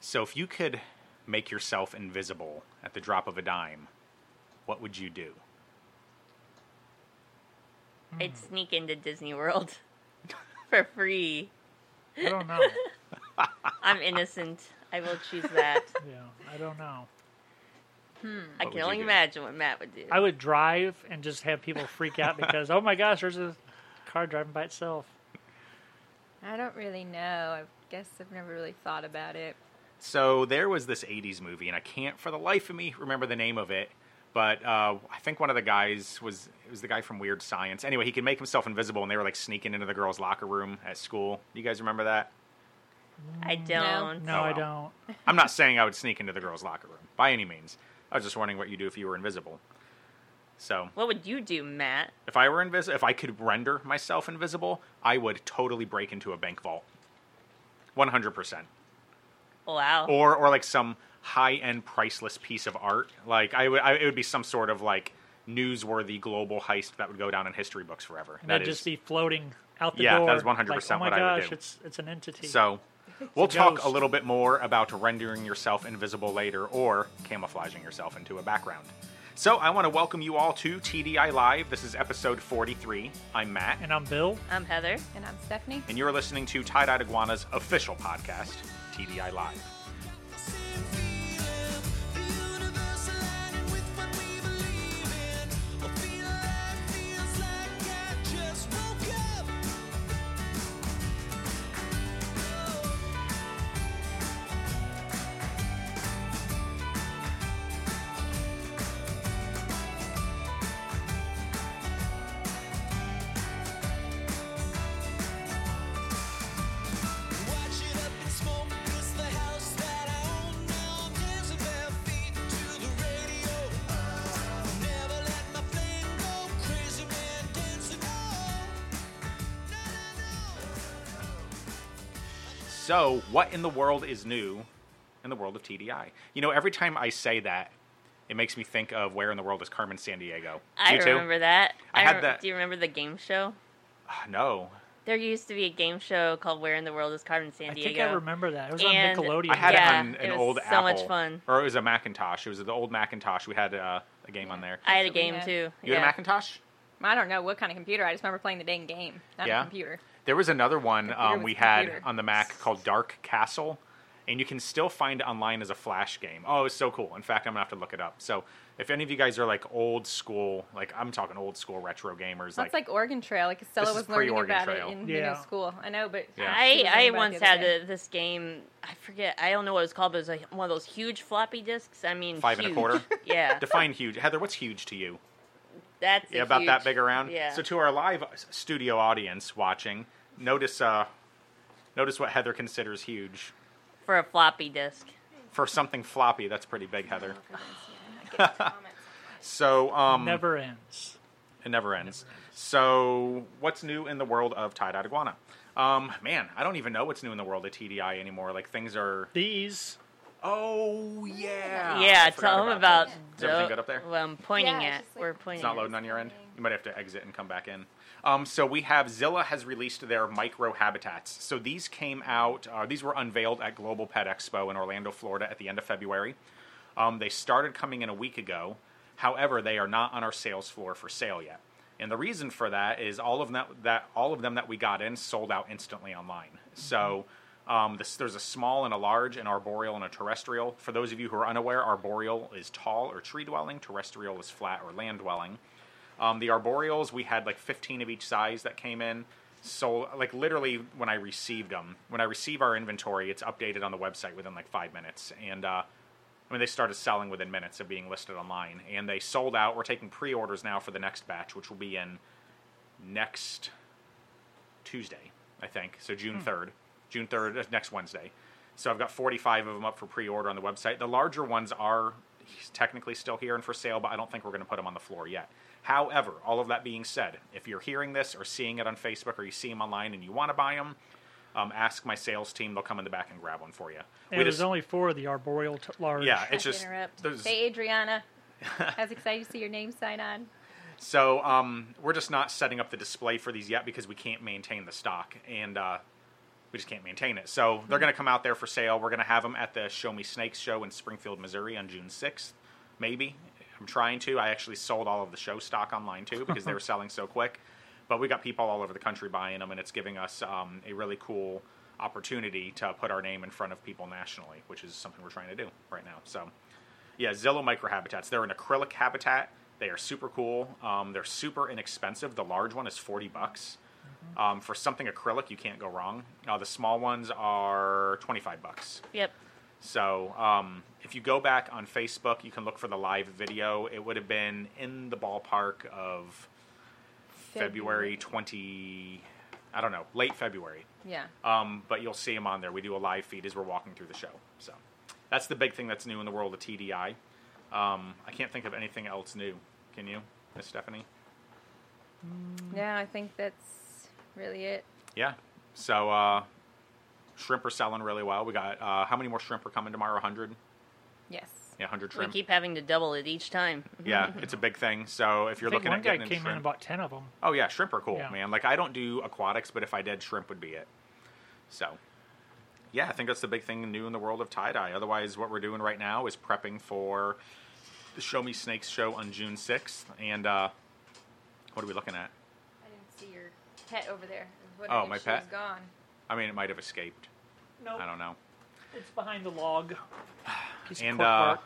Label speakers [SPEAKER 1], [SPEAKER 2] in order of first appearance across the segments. [SPEAKER 1] So if you could make yourself invisible at the drop of a dime, what would you do?
[SPEAKER 2] I'd
[SPEAKER 1] Mm.
[SPEAKER 2] sneak into Disney World for free.
[SPEAKER 3] I don't know.
[SPEAKER 2] I'm innocent. I will choose that.
[SPEAKER 3] yeah, I don't know.
[SPEAKER 2] I
[SPEAKER 1] What would
[SPEAKER 2] can
[SPEAKER 1] you
[SPEAKER 2] only
[SPEAKER 1] do?
[SPEAKER 2] imagine what Matt would do.
[SPEAKER 3] I would drive and just have people freak out because oh my gosh, there's a car driving by itself.
[SPEAKER 4] I don't really know. I guess I've never really thought about it.
[SPEAKER 1] So there was this 80s movie, and I can't for the life of me remember the name of it. But uh, I think one of the guys was it was the guy from Weird Science. Anyway, he could make himself invisible, and they were like sneaking into the girls' locker room at school. You guys remember that?
[SPEAKER 2] I don't.
[SPEAKER 3] No,
[SPEAKER 1] Oh,
[SPEAKER 3] I
[SPEAKER 1] wow.
[SPEAKER 3] don't.
[SPEAKER 1] I'm not saying I would sneak into the girls' locker room by any means. I was just wondering what you do if you were invisible. So
[SPEAKER 2] What would you do, Matt?
[SPEAKER 1] if I were invisible, if I could render myself invisible, I would totally break into a bank vault, 100 percent.
[SPEAKER 2] Wow.
[SPEAKER 1] or or like some high end priceless piece of art. Like I would, I, it would be some sort of like newsworthy global heist that would go down in history books forever.
[SPEAKER 3] And
[SPEAKER 1] That
[SPEAKER 3] they'd
[SPEAKER 1] is
[SPEAKER 3] just be floating out the
[SPEAKER 1] Yeah, that
[SPEAKER 3] door.
[SPEAKER 1] is 100%
[SPEAKER 3] like,
[SPEAKER 1] what
[SPEAKER 3] Oh
[SPEAKER 1] I
[SPEAKER 3] my
[SPEAKER 1] would
[SPEAKER 3] gosh,
[SPEAKER 1] do.
[SPEAKER 3] it's it's an entity.
[SPEAKER 1] so. We'll talk a
[SPEAKER 3] ghost.
[SPEAKER 1] little bit more about rendering yourself invisible later or camouflaging yourself into a background. So, I want to welcome you all to TDI Live. This is episode 43. I'm Matt,
[SPEAKER 3] and I'm Bill.
[SPEAKER 2] I'm Heather.
[SPEAKER 4] And I'm Stephanie.
[SPEAKER 1] and you're listening to Tie Dyed Iguana's official podcast, TDI Live.
[SPEAKER 5] oh.
[SPEAKER 1] So, what in the world is new in the world of TDI? You know, every time I say that, it makes me think of where in the world is Carmen San Diego.
[SPEAKER 2] I
[SPEAKER 1] you
[SPEAKER 2] remember that.
[SPEAKER 1] I had
[SPEAKER 2] rem-
[SPEAKER 1] that-
[SPEAKER 2] Do you remember the game show?
[SPEAKER 1] too? Ah, No.
[SPEAKER 2] There used to be a game show called Where in the World is Carmen San
[SPEAKER 3] I
[SPEAKER 2] Diego.
[SPEAKER 3] think I remember that. It was
[SPEAKER 2] And
[SPEAKER 3] on Nickelodeon.
[SPEAKER 1] I had
[SPEAKER 2] Yeah,
[SPEAKER 1] it on an
[SPEAKER 2] it was
[SPEAKER 1] old
[SPEAKER 2] so
[SPEAKER 1] Apple.
[SPEAKER 2] much fun.
[SPEAKER 1] Or it was a Macintosh. It was the old Macintosh. We had uh, a game on there.
[SPEAKER 2] I had a
[SPEAKER 4] That's what we
[SPEAKER 2] game
[SPEAKER 4] had.
[SPEAKER 2] too.
[SPEAKER 1] You
[SPEAKER 2] yeah.
[SPEAKER 1] had a Macintosh?
[SPEAKER 4] I don't know what kind of computer. I just remember playing the dang game, not
[SPEAKER 1] Yeah.
[SPEAKER 4] a computer.
[SPEAKER 1] There was another one
[SPEAKER 4] Computer
[SPEAKER 1] um,
[SPEAKER 4] was
[SPEAKER 1] we had
[SPEAKER 4] computer.
[SPEAKER 1] on the Mac called Dark Castle, and you can still find it online as a flash game. Oh, it was so cool. In fact, I'm gonna have to look it up. So, if any of you guys are like old school, like I'm talking old school retro gamers,
[SPEAKER 4] That's like Oregon Trail. Like Estella
[SPEAKER 1] This is
[SPEAKER 4] was learning
[SPEAKER 1] pre-Oregon
[SPEAKER 4] about
[SPEAKER 1] Trail.
[SPEAKER 4] it in you
[SPEAKER 3] Yeah.
[SPEAKER 4] know, school. I know, but
[SPEAKER 1] Yeah.
[SPEAKER 4] she was learning
[SPEAKER 2] I, I
[SPEAKER 4] about it
[SPEAKER 2] once
[SPEAKER 4] the other
[SPEAKER 2] had
[SPEAKER 4] day.
[SPEAKER 2] a, this game. I forget. I don't know what it was called, but it was like one of those huge floppy discs. I mean,
[SPEAKER 1] Five and a
[SPEAKER 2] huge.
[SPEAKER 1] quarter?
[SPEAKER 2] Yeah,
[SPEAKER 1] define huge. Heather, what's huge to you?
[SPEAKER 2] that's a
[SPEAKER 1] yeah, about that
[SPEAKER 2] huge-
[SPEAKER 1] big around.
[SPEAKER 2] Yeah.
[SPEAKER 1] So to our live studio audience watching, notice uh, notice what Heather considers huge.
[SPEAKER 2] for a floppy disk.
[SPEAKER 1] For something floppy, that's pretty big, Heather. so um,
[SPEAKER 3] Never ends.
[SPEAKER 1] it never ends. So what's new in the world of tie dye iguana? Um, man, I don't even know what's new in the world of TDI anymore. Like things are.
[SPEAKER 3] These
[SPEAKER 1] Oh yeah. I
[SPEAKER 2] yeah,
[SPEAKER 1] forgot
[SPEAKER 2] tell them about.
[SPEAKER 1] that. Is
[SPEAKER 2] the-
[SPEAKER 1] everything good up there?
[SPEAKER 2] What I'm pointing
[SPEAKER 4] Yeah,
[SPEAKER 2] at.
[SPEAKER 4] it's just like-
[SPEAKER 2] We're pointing.
[SPEAKER 1] It's not
[SPEAKER 2] at.
[SPEAKER 1] loading on your end. You might have to exit and come back in. Um, so we have Zilla has released their micro habitats. So these came out. Uh, these were unveiled at Global Pet Expo in Orlando, Florida, at the end of February. Um, they started coming in a week ago. However, they are not on our sales floor for sale yet. And the reason for that is all of that, that all of them that we got in sold out instantly online. So um, this, there's a small and a large, an arboreal and a terrestrial. For those of you who are unaware, arboreal is tall or tree dwelling, terrestrial is flat or land dwelling. Um, the arboreals, we had like 15 of each size that came in. So, like, literally, when I received them, when I receive our inventory, it's updated on the website within like five minutes. And, uh, I mean, they started selling within minutes of being listed online. And they sold out. We're taking pre orders now for the next batch, which will be in next Tuesday, I think. So, June 3rd. June 3rd, uh, next Wednesday. So, I've got 45 of them up for pre order on the website. The larger ones are technically still here and for sale, but I don't think we're going to put them on the floor yet. However, all of that being said, if you're hearing this or seeing it on Facebook or you see them online and you want to buy them, um, ask my sales team. They'll come in the back and grab one for you.
[SPEAKER 3] and there's only four of the arboreal t- large.
[SPEAKER 1] Yeah, it's
[SPEAKER 4] Not to
[SPEAKER 1] just
[SPEAKER 4] interrupt.
[SPEAKER 1] there's-
[SPEAKER 4] Hey, Adriana. I was excited to see your name sign on.
[SPEAKER 1] so um, we're just not setting up the display for these yet because we can't maintain the stock, and uh, we just can't maintain it. So they're going to come out there for sale. We're going to have them at the Show Me Snakes show in Springfield, Missouri on June 6th, maybe. I'm trying to. I actually sold all of the show stock online too because they were selling so quick. But we got people all over the country buying them, and it's giving us um, a really cool opportunity to put our name in front of people nationally, which is something we're trying to do right now. So yeah, Zillow microhabitats. They're an acrylic habitat. They are super cool. Um, they're super inexpensive. The large one is forty bucks. Um, for something acrylic, you can't go wrong. Uh, the small ones are twenty five bucks.
[SPEAKER 2] Yep.
[SPEAKER 1] So um, if you go back on Facebook, you can look for the live video. It would have been in the ballpark of February twenty. I don't know, late February.
[SPEAKER 4] Yeah.
[SPEAKER 1] Um, but you'll see them on there. We do a live feed as we're walking through the show. So that's the big thing that's new in the world of TDI. Um, I can't think of anything else new. Can you, Miss Stephanie?
[SPEAKER 4] Yeah, I think that's really it.
[SPEAKER 1] Yeah. So uh, shrimp are selling really well. We got uh, how many more shrimp are coming tomorrow? 100?
[SPEAKER 4] Yes.
[SPEAKER 1] Yeah, 100
[SPEAKER 2] We
[SPEAKER 1] shrimp.
[SPEAKER 2] keep having to double it each time.
[SPEAKER 1] yeah, it's a big thing. So if you're
[SPEAKER 3] I think
[SPEAKER 1] looking
[SPEAKER 3] one
[SPEAKER 1] at
[SPEAKER 3] guy
[SPEAKER 1] getting in
[SPEAKER 3] came in
[SPEAKER 1] shrimp,
[SPEAKER 3] and bought ten of them.
[SPEAKER 1] oh yeah, shrimp are cool,
[SPEAKER 3] Yeah.
[SPEAKER 1] man. Like I don't do aquatics, but if I did, shrimp would be it. So yeah, I think that's the big thing new in the world of tie dye. Otherwise, what we're doing right now is prepping for the Show Me Snakes show on June sixth. And uh, what are we looking at?
[SPEAKER 4] I didn't see your pet over there.
[SPEAKER 1] Oh, if my she pet? was
[SPEAKER 4] was gone.
[SPEAKER 1] I mean, it might have escaped.
[SPEAKER 3] No,
[SPEAKER 1] I don't know.
[SPEAKER 3] it's behind the log. Piece
[SPEAKER 1] And,
[SPEAKER 3] of
[SPEAKER 1] uh,
[SPEAKER 3] corkwork.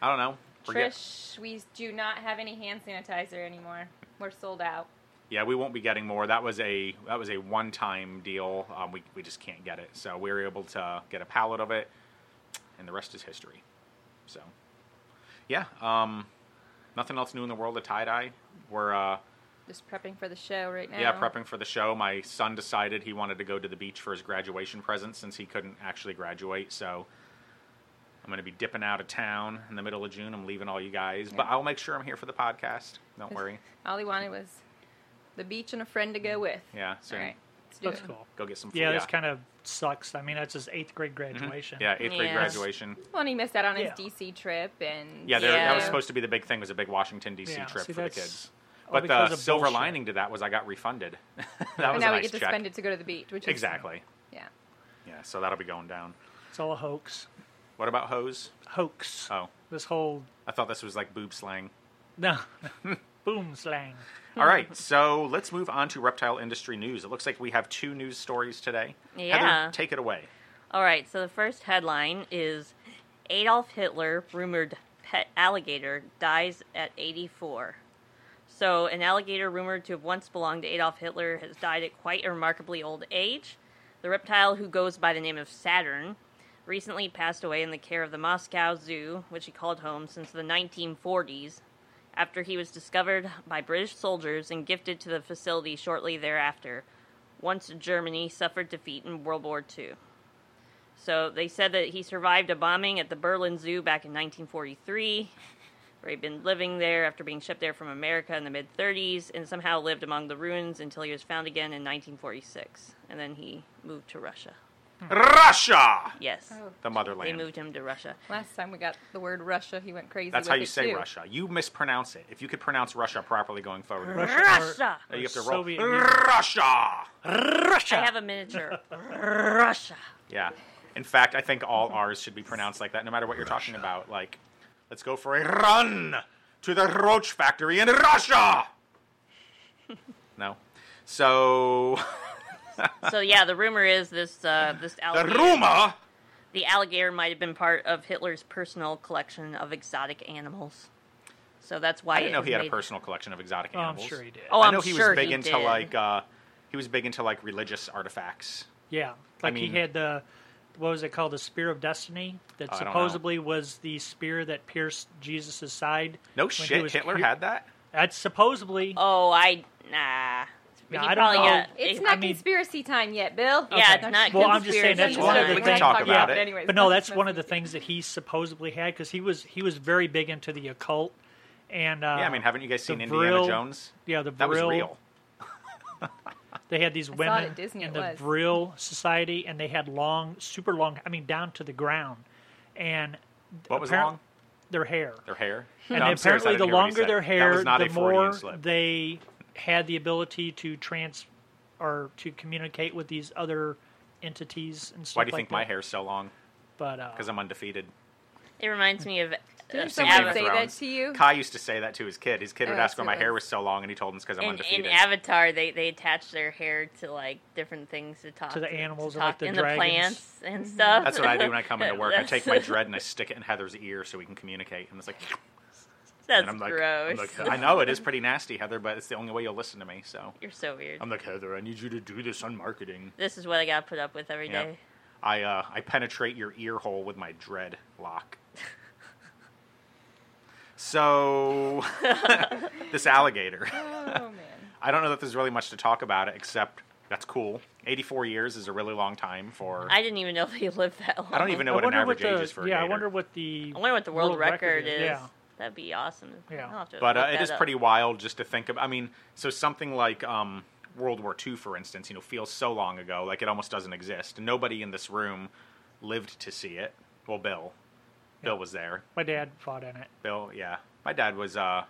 [SPEAKER 1] I don't know. Forget-
[SPEAKER 4] Trish, we do not have any hand sanitizer anymore. We're sold out.
[SPEAKER 1] Yeah, we won't be getting more. That was a that was a one time deal. Um, we we just can't get it, so we were able to get a pallet of it, and the rest is history. So, yeah, um, nothing else new in the world of tie dye. We're uh,
[SPEAKER 4] Just prepping for the show right now.
[SPEAKER 1] yeah prepping for the show. My son decided he wanted to go to the beach for his graduation present since he couldn't actually graduate. So. I'm going to be dipping out of town in the middle of June. I'm leaving all you guys, but I'll make sure I'm here for the podcast. Don't worry. Mm.
[SPEAKER 4] All he wanted was the beach and a friend to go with.
[SPEAKER 1] Yeah, so
[SPEAKER 4] All right. Let's do
[SPEAKER 3] That's
[SPEAKER 4] it.
[SPEAKER 3] cool.
[SPEAKER 1] go get some.
[SPEAKER 3] Yeah, this kind of sucks. I mean, that's his eighth grade graduation.
[SPEAKER 1] Mm-hmm. Yeah, eighth grade
[SPEAKER 2] Yeah.
[SPEAKER 1] graduation.
[SPEAKER 4] Well, and he missed out on
[SPEAKER 3] Yeah.
[SPEAKER 4] his DC trip and
[SPEAKER 1] Yeah, there- that was
[SPEAKER 2] Yeah.
[SPEAKER 1] supposed to be the big thing. Was a big Washington D.C.
[SPEAKER 3] Yeah,
[SPEAKER 1] trip
[SPEAKER 3] see,
[SPEAKER 1] for the
[SPEAKER 3] that's
[SPEAKER 1] kids.
[SPEAKER 3] all
[SPEAKER 1] But
[SPEAKER 3] because
[SPEAKER 1] the
[SPEAKER 3] of
[SPEAKER 1] silver
[SPEAKER 3] bullshit.
[SPEAKER 1] lining to that was I got refunded. that
[SPEAKER 4] and
[SPEAKER 1] was
[SPEAKER 4] now
[SPEAKER 1] a
[SPEAKER 4] we
[SPEAKER 1] nice
[SPEAKER 4] get to
[SPEAKER 1] check.
[SPEAKER 4] spend it to go to the beach, which is
[SPEAKER 1] Exactly.
[SPEAKER 4] Yeah.
[SPEAKER 1] Yeah, so that'll be going down.
[SPEAKER 3] It's all a hoax.
[SPEAKER 1] What about hose?
[SPEAKER 3] Hoax.
[SPEAKER 1] Oh,
[SPEAKER 3] This whole
[SPEAKER 1] I thought this was like boob slang.
[SPEAKER 3] no, boom slang.
[SPEAKER 1] All right, so let's move on to reptile industry news. It looks like we have two news stories today.
[SPEAKER 2] Yeah.
[SPEAKER 1] Heather, take it away.
[SPEAKER 2] All right, so the first headline is Adolf Hitler, rumored pet alligator, dies at 84. So, an alligator rumored to have once belonged to Adolf Hitler has died at quite a remarkably old age. The reptile, who goes by the name of Saturn, recently passed away in the care of the Moscow Zoo, which he called home since the 1940s, after he was discovered by British soldiers and gifted to the facility shortly thereafter, once Germany suffered defeat in World War II. So they said that he survived a bombing at the Berlin Zoo back in 1943, where he'd been living there after being shipped there from America in the mid 30s, and somehow lived among the ruins until he was found again in 1946. And then he moved to Russia.
[SPEAKER 4] Hmm.
[SPEAKER 1] Russia,
[SPEAKER 2] Yes.
[SPEAKER 4] Oh.
[SPEAKER 1] the
[SPEAKER 2] They
[SPEAKER 1] motherland.
[SPEAKER 2] moved him to Russia.
[SPEAKER 4] Last time we got the word Russia, he went crazy.
[SPEAKER 1] That's
[SPEAKER 4] with
[SPEAKER 1] how you
[SPEAKER 4] it,
[SPEAKER 1] say
[SPEAKER 4] too.
[SPEAKER 1] Russia. You mispronounce it. If you could pronounce Russia properly going forward,
[SPEAKER 3] Russia.
[SPEAKER 2] Russia!
[SPEAKER 1] Oh, you have to roll.
[SPEAKER 3] Soviet Union.
[SPEAKER 1] Russia.
[SPEAKER 3] Russia.
[SPEAKER 2] I have a miniature. Russia.
[SPEAKER 1] Yeah. In fact, I think all R's should be pronounced like that, no matter what you're talking about. Like, let's go for a run to the Roach factory in Russia. no. So
[SPEAKER 2] So yeah, the rumor is this uh, this
[SPEAKER 1] the
[SPEAKER 2] alligator,
[SPEAKER 1] rumor.
[SPEAKER 2] the alligator might have been part of Hitler's personal collection of exotic animals. So that's why
[SPEAKER 1] I didn't
[SPEAKER 2] it
[SPEAKER 1] know
[SPEAKER 2] has
[SPEAKER 1] he had a
[SPEAKER 2] made-
[SPEAKER 1] personal collection of exotic
[SPEAKER 3] Oh, I'm
[SPEAKER 1] animals.
[SPEAKER 3] sure he did.
[SPEAKER 2] Oh,
[SPEAKER 1] I
[SPEAKER 2] I'm
[SPEAKER 1] know he
[SPEAKER 2] sure
[SPEAKER 1] was big
[SPEAKER 2] he
[SPEAKER 1] into
[SPEAKER 2] did.
[SPEAKER 1] like uh, he was big into like religious artifacts.
[SPEAKER 3] Yeah, like
[SPEAKER 1] mean-
[SPEAKER 3] he had the what was it called, the Spear of Destiny, that
[SPEAKER 1] I don't know.
[SPEAKER 3] supposedly was the spear that pierced Jesus' side.
[SPEAKER 1] No
[SPEAKER 3] when he
[SPEAKER 1] shit,
[SPEAKER 3] was
[SPEAKER 1] Hitler
[SPEAKER 3] cru-
[SPEAKER 1] had that.
[SPEAKER 3] That's supposedly.
[SPEAKER 2] Oh, I nah. He
[SPEAKER 3] I don't
[SPEAKER 2] probably
[SPEAKER 3] know.
[SPEAKER 2] got-
[SPEAKER 4] It's
[SPEAKER 2] he-
[SPEAKER 4] not
[SPEAKER 3] I mean-
[SPEAKER 4] conspiracy time yet, Bill.
[SPEAKER 2] Yeah, it's not
[SPEAKER 3] Well, I'm just saying that's
[SPEAKER 2] one of the
[SPEAKER 4] We're
[SPEAKER 2] things-
[SPEAKER 4] not
[SPEAKER 1] Talk
[SPEAKER 4] talking
[SPEAKER 1] about
[SPEAKER 4] about
[SPEAKER 1] it.
[SPEAKER 4] anyways.
[SPEAKER 3] but no, that's one of the things that he supposedly had because he was he was very big into the occult. And uh,
[SPEAKER 1] Yeah, I mean, haven't you guys
[SPEAKER 3] the
[SPEAKER 1] seen Indiana
[SPEAKER 3] Vril-
[SPEAKER 1] Jones?
[SPEAKER 3] Yeah, the
[SPEAKER 1] That was
[SPEAKER 3] Vril-
[SPEAKER 1] real.
[SPEAKER 3] They had these
[SPEAKER 4] it
[SPEAKER 3] women
[SPEAKER 4] at Disney,
[SPEAKER 3] in
[SPEAKER 4] it
[SPEAKER 3] the
[SPEAKER 4] was.
[SPEAKER 3] Vril Society, and they had long, super long. I mean, down to the ground, and
[SPEAKER 1] What was
[SPEAKER 3] apparent-
[SPEAKER 1] long?
[SPEAKER 3] Their hair.
[SPEAKER 1] Their hair.
[SPEAKER 3] and
[SPEAKER 1] No, I'm serious, I
[SPEAKER 3] apparently,
[SPEAKER 1] didn't
[SPEAKER 3] the
[SPEAKER 1] hear what he
[SPEAKER 3] longer
[SPEAKER 1] said.
[SPEAKER 3] their
[SPEAKER 1] That
[SPEAKER 3] hair,
[SPEAKER 1] was not
[SPEAKER 3] the
[SPEAKER 1] a Freudian
[SPEAKER 3] more
[SPEAKER 1] slip.
[SPEAKER 3] they had the ability to trans or to communicate with these other entities and stuff.
[SPEAKER 1] Why do you
[SPEAKER 3] like
[SPEAKER 1] think my
[SPEAKER 3] that.
[SPEAKER 1] hair's so long?
[SPEAKER 3] But uh,
[SPEAKER 1] Because I'm undefeated.
[SPEAKER 2] It reminds me of. uh,
[SPEAKER 4] Didn't
[SPEAKER 1] Game
[SPEAKER 4] someone
[SPEAKER 1] of
[SPEAKER 4] say
[SPEAKER 2] Avatar.
[SPEAKER 4] that
[SPEAKER 1] Thrones.
[SPEAKER 4] to you?
[SPEAKER 1] Kai used to say that to his kid. His kid
[SPEAKER 4] Oh,
[SPEAKER 1] would
[SPEAKER 4] that's
[SPEAKER 1] ask why
[SPEAKER 4] who
[SPEAKER 1] my
[SPEAKER 4] it
[SPEAKER 1] hair
[SPEAKER 4] was.
[SPEAKER 1] was so long, and he told him it's because I'm
[SPEAKER 2] In, in
[SPEAKER 1] undefeated.
[SPEAKER 2] Avatar, they, they attach their hair to like different things to talk
[SPEAKER 3] To the animals
[SPEAKER 2] to
[SPEAKER 3] or, like,
[SPEAKER 2] talk-
[SPEAKER 3] the
[SPEAKER 2] and the
[SPEAKER 3] dragons.
[SPEAKER 2] plants and
[SPEAKER 4] Mm-hmm.
[SPEAKER 2] stuff.
[SPEAKER 1] That's what I do when I come into work. I take my
[SPEAKER 2] That's-
[SPEAKER 1] dread and I stick it in Heather's ear so we can communicate. And it's like,
[SPEAKER 2] That's
[SPEAKER 1] and I'm like,
[SPEAKER 2] gross.
[SPEAKER 1] I'm like, i know it is pretty nasty, Heather, but it's the only way you'll listen to me. So
[SPEAKER 2] You're so weird.
[SPEAKER 1] I'm like, Heather, I need you to do this on marketing.
[SPEAKER 2] this is what I got put up with every
[SPEAKER 1] Yeah.
[SPEAKER 2] day.
[SPEAKER 1] I uh, I penetrate your ear hole with my dread lock. so this alligator.
[SPEAKER 4] Oh man.
[SPEAKER 1] I don't know that there's really much to talk about it except that's cool. 84 years is a really long time for.
[SPEAKER 2] I didn't even know they lived that long.
[SPEAKER 1] I don't even know
[SPEAKER 3] I
[SPEAKER 1] what an
[SPEAKER 3] wonder what
[SPEAKER 1] average
[SPEAKER 3] the
[SPEAKER 1] age is for a
[SPEAKER 3] yeah. I
[SPEAKER 1] gator.
[SPEAKER 3] wonder what the
[SPEAKER 2] I wonder what the world, record, is.
[SPEAKER 3] Yeah,
[SPEAKER 2] That'd be awesome.
[SPEAKER 3] Yeah.
[SPEAKER 2] I'll have to
[SPEAKER 1] but uh,
[SPEAKER 2] look
[SPEAKER 1] it
[SPEAKER 2] that
[SPEAKER 1] is
[SPEAKER 2] up.
[SPEAKER 1] pretty wild just to think of. I mean, so something like um, World War II, for instance, you know, feels so long ago, like it almost doesn't exist. Nobody in this room lived to see it. Well, Bill, Bill was there.
[SPEAKER 3] my dad fought in it.
[SPEAKER 1] Bill, yeah, my dad was. Uh,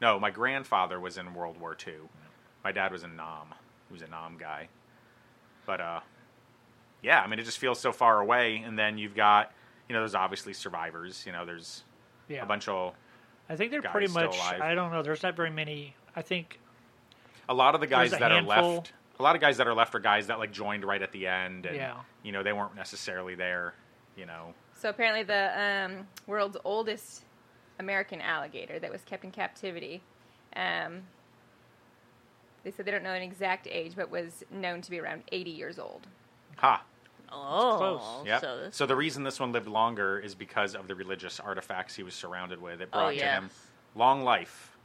[SPEAKER 1] no, my grandfather was in World War II. My dad was in Nam. He was a Nam guy. But uh, yeah, I mean, it just feels so far away. And then you've got, you know, there's obviously survivors. You know, there's
[SPEAKER 3] Yeah,
[SPEAKER 1] a bunch of
[SPEAKER 3] I think they're
[SPEAKER 1] guys
[SPEAKER 3] pretty
[SPEAKER 1] still
[SPEAKER 3] much.
[SPEAKER 1] alive.
[SPEAKER 3] I don't know. There's not very many. I think
[SPEAKER 1] a lot of the guys
[SPEAKER 3] There's a
[SPEAKER 1] that are
[SPEAKER 3] handful.
[SPEAKER 1] left a lot of guys that are left are guys that like joined right at the end and
[SPEAKER 3] Yeah.
[SPEAKER 1] you know they weren't necessarily there you know
[SPEAKER 4] So apparently, the um, world's oldest American alligator that was kept in captivity. Um, they said they don't know an exact age, but was known to be around 80 years old.
[SPEAKER 1] ha
[SPEAKER 2] Oh,
[SPEAKER 3] close.
[SPEAKER 1] yeah
[SPEAKER 2] so
[SPEAKER 1] so,
[SPEAKER 2] this,
[SPEAKER 1] the reason this one lived longer is because of the religious artifacts he was surrounded with it
[SPEAKER 2] oh
[SPEAKER 1] brought to him
[SPEAKER 2] yes.
[SPEAKER 1] long life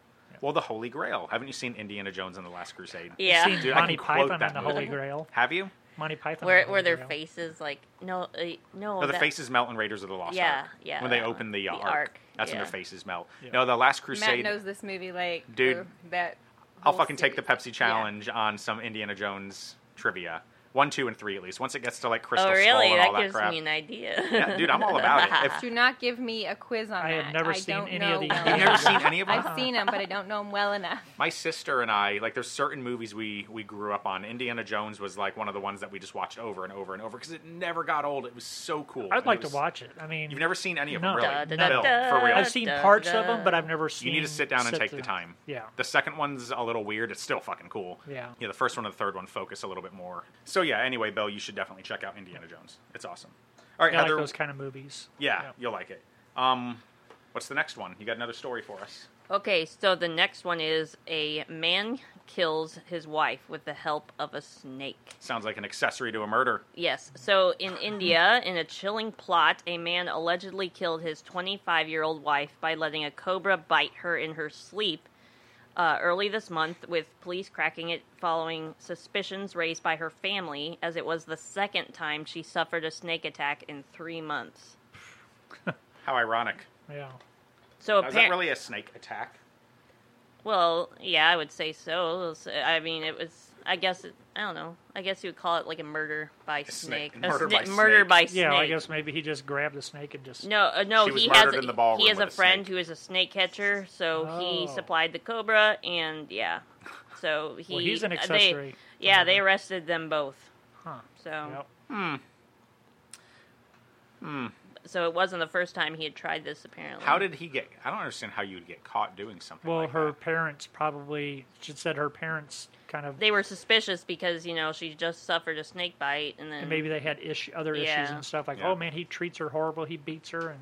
[SPEAKER 1] well the holy grail haven't you seen indiana jones and the last crusade
[SPEAKER 2] yeah,
[SPEAKER 3] seen
[SPEAKER 1] Dude, I
[SPEAKER 3] Monty
[SPEAKER 1] can quote
[SPEAKER 3] Python
[SPEAKER 1] that
[SPEAKER 3] and the Holy
[SPEAKER 1] movie.
[SPEAKER 3] Grail.
[SPEAKER 1] have you
[SPEAKER 3] Monty Python.
[SPEAKER 2] where
[SPEAKER 3] and the
[SPEAKER 2] where
[SPEAKER 3] Holy
[SPEAKER 2] their
[SPEAKER 3] Grail.
[SPEAKER 2] faces like no uh, no.
[SPEAKER 1] no the
[SPEAKER 2] that-
[SPEAKER 1] faces melt in raiders of the lost
[SPEAKER 2] Yeah,
[SPEAKER 1] ark
[SPEAKER 2] yeah,
[SPEAKER 1] when they
[SPEAKER 2] that
[SPEAKER 1] open
[SPEAKER 2] one.
[SPEAKER 1] the, uh,
[SPEAKER 2] The
[SPEAKER 1] ark,
[SPEAKER 2] ark,
[SPEAKER 1] that's when
[SPEAKER 2] yeah.
[SPEAKER 1] their faces melt
[SPEAKER 3] Yeah.
[SPEAKER 1] no the last
[SPEAKER 4] Matt
[SPEAKER 1] crusade
[SPEAKER 4] knows this movie like
[SPEAKER 1] Dude,
[SPEAKER 4] oh, that.
[SPEAKER 1] I'll
[SPEAKER 4] whole
[SPEAKER 1] fucking take the
[SPEAKER 4] series.
[SPEAKER 1] Pepsi
[SPEAKER 4] Yeah.
[SPEAKER 1] challenge on some Indiana Jones trivia. One, two, and three at least. Once it gets to like Crystal
[SPEAKER 2] Oh
[SPEAKER 1] Skull
[SPEAKER 2] really?
[SPEAKER 1] and all
[SPEAKER 2] That
[SPEAKER 1] that
[SPEAKER 2] gives
[SPEAKER 1] crap.
[SPEAKER 2] me an idea.
[SPEAKER 1] Yeah, dude, I'm all about it. If-
[SPEAKER 4] Do not give me a quiz on
[SPEAKER 3] I
[SPEAKER 4] that.
[SPEAKER 3] have never seen
[SPEAKER 4] don't
[SPEAKER 3] any
[SPEAKER 4] know
[SPEAKER 3] of these.
[SPEAKER 4] well
[SPEAKER 1] You've never
[SPEAKER 4] enough.
[SPEAKER 1] seen any of them?
[SPEAKER 4] I've seen them, but I don't know them well enough.
[SPEAKER 1] My sister and I, like, there's certain movies we we grew up on. Indiana Jones was like one of the ones that we just watched over and over and over because it never got old. It was so cool.
[SPEAKER 3] I'd
[SPEAKER 1] And
[SPEAKER 3] like
[SPEAKER 1] it was-
[SPEAKER 3] to watch it. I mean,
[SPEAKER 1] You've never seen any of
[SPEAKER 3] No.
[SPEAKER 1] them,
[SPEAKER 2] Da,
[SPEAKER 1] really?
[SPEAKER 2] da, da,
[SPEAKER 1] Bill,
[SPEAKER 2] da.
[SPEAKER 1] for real.
[SPEAKER 2] I've
[SPEAKER 3] I've seen parts of them,
[SPEAKER 2] Da-da-da.
[SPEAKER 3] but I've never seen.
[SPEAKER 1] you need to sit down and
[SPEAKER 3] sit
[SPEAKER 1] take the
[SPEAKER 3] down.
[SPEAKER 1] time.
[SPEAKER 3] Yeah.
[SPEAKER 1] The second one's a little weird. It's still fucking cool.
[SPEAKER 3] Yeah.
[SPEAKER 1] Yeah. The first one and the third one focus a little bit more. So yeah. Anyway, Bill, you should definitely check out Indiana Jones. It's awesome. All right,
[SPEAKER 3] I like
[SPEAKER 1] Heather.
[SPEAKER 3] those kind of movies.
[SPEAKER 1] Yeah,
[SPEAKER 3] Yeah.
[SPEAKER 1] you'll like it. Um, what's the next one? You got another story for us?
[SPEAKER 2] Okay, so the next one is a man kills his wife with the help of a snake.
[SPEAKER 1] Sounds like an accessory to a murder.
[SPEAKER 2] Yes, so in India, in a chilling plot, a man allegedly killed his 25 year old wife by letting a cobra bite her in her sleep uh, early this month, with police cracking it following suspicions raised by her family, as it was the second time she suffered a snake attack in three months.
[SPEAKER 1] How ironic.
[SPEAKER 3] Yeah.
[SPEAKER 2] So
[SPEAKER 1] Now, Is that
[SPEAKER 2] apparently.
[SPEAKER 1] really a snake attack?
[SPEAKER 2] Well, yeah, I would say so. It was- I mean, it was. I guess it, I don't know. I guess you would call it like a murder by
[SPEAKER 1] snake-
[SPEAKER 2] snake.
[SPEAKER 1] murder
[SPEAKER 2] a
[SPEAKER 1] by
[SPEAKER 2] murder
[SPEAKER 1] snake.
[SPEAKER 2] by snake.
[SPEAKER 3] Yeah. I guess maybe he just grabbed the snake and just.
[SPEAKER 2] No, uh, no.
[SPEAKER 1] She was
[SPEAKER 2] He
[SPEAKER 1] murdered
[SPEAKER 2] has
[SPEAKER 1] in the ballroom
[SPEAKER 2] he has
[SPEAKER 1] with
[SPEAKER 2] a
[SPEAKER 1] a
[SPEAKER 2] friend
[SPEAKER 1] snake.
[SPEAKER 2] who is a snake catcher, so he
[SPEAKER 3] Oh.
[SPEAKER 2] supplied the cobra, and yeah, so he.
[SPEAKER 3] Well, he's an
[SPEAKER 2] uh, they-
[SPEAKER 3] accessory.
[SPEAKER 2] yeah, Oh. they arrested them both.
[SPEAKER 3] Huh.
[SPEAKER 2] So
[SPEAKER 3] Yep.
[SPEAKER 2] so it wasn't the first time he had tried this. Apparently,
[SPEAKER 1] How did he get? I don't understand how you'd get caught doing something.
[SPEAKER 3] Well,
[SPEAKER 1] like
[SPEAKER 3] her
[SPEAKER 1] that.
[SPEAKER 3] parents probably. She said her parents kind of.
[SPEAKER 2] they were suspicious because you know she just suffered a snake bite, and then
[SPEAKER 3] and maybe they had issue, other issues
[SPEAKER 2] Yeah.
[SPEAKER 3] and stuff like,
[SPEAKER 1] Yeah.
[SPEAKER 3] oh man, he treats her horrible. He beats her and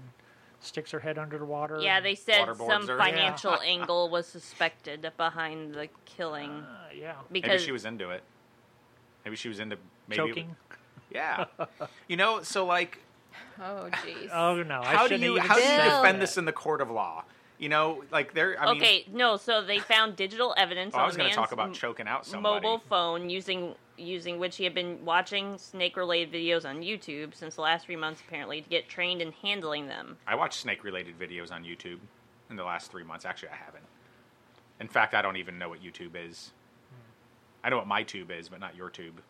[SPEAKER 3] sticks her head under the water.
[SPEAKER 2] Yeah,
[SPEAKER 3] and-
[SPEAKER 2] they said
[SPEAKER 1] Waterboards
[SPEAKER 2] some
[SPEAKER 1] her.
[SPEAKER 2] financial angle was suspected behind the killing
[SPEAKER 3] Uh, yeah.
[SPEAKER 2] because
[SPEAKER 1] Maybe she was into it. Maybe she was into maybe,
[SPEAKER 3] Choking.
[SPEAKER 1] Yeah. you know, so like,
[SPEAKER 4] Oh jeez.
[SPEAKER 3] Oh no!
[SPEAKER 1] how do
[SPEAKER 3] I shouldn't
[SPEAKER 1] you
[SPEAKER 3] even
[SPEAKER 1] how do you
[SPEAKER 3] said
[SPEAKER 4] Bill.
[SPEAKER 1] defend
[SPEAKER 3] that.
[SPEAKER 1] this in the court of law? You know, like there. I mean,
[SPEAKER 2] okay, no, so they found digital evidence
[SPEAKER 1] oh,
[SPEAKER 2] on
[SPEAKER 1] I was
[SPEAKER 2] the
[SPEAKER 1] going
[SPEAKER 2] man's
[SPEAKER 1] to talk about
[SPEAKER 2] m-
[SPEAKER 1] choking out somebody.
[SPEAKER 2] mobile phone using using which he had been watching snake-related videos on YouTube since the last three months, apparently, to get trained in handling them.
[SPEAKER 1] I watched snake related videos on YouTube in the last three months. Actually, I haven't.
[SPEAKER 3] Hmm.
[SPEAKER 1] In fact, I don't even know what YouTube is. I know what my tube is, but not your tube.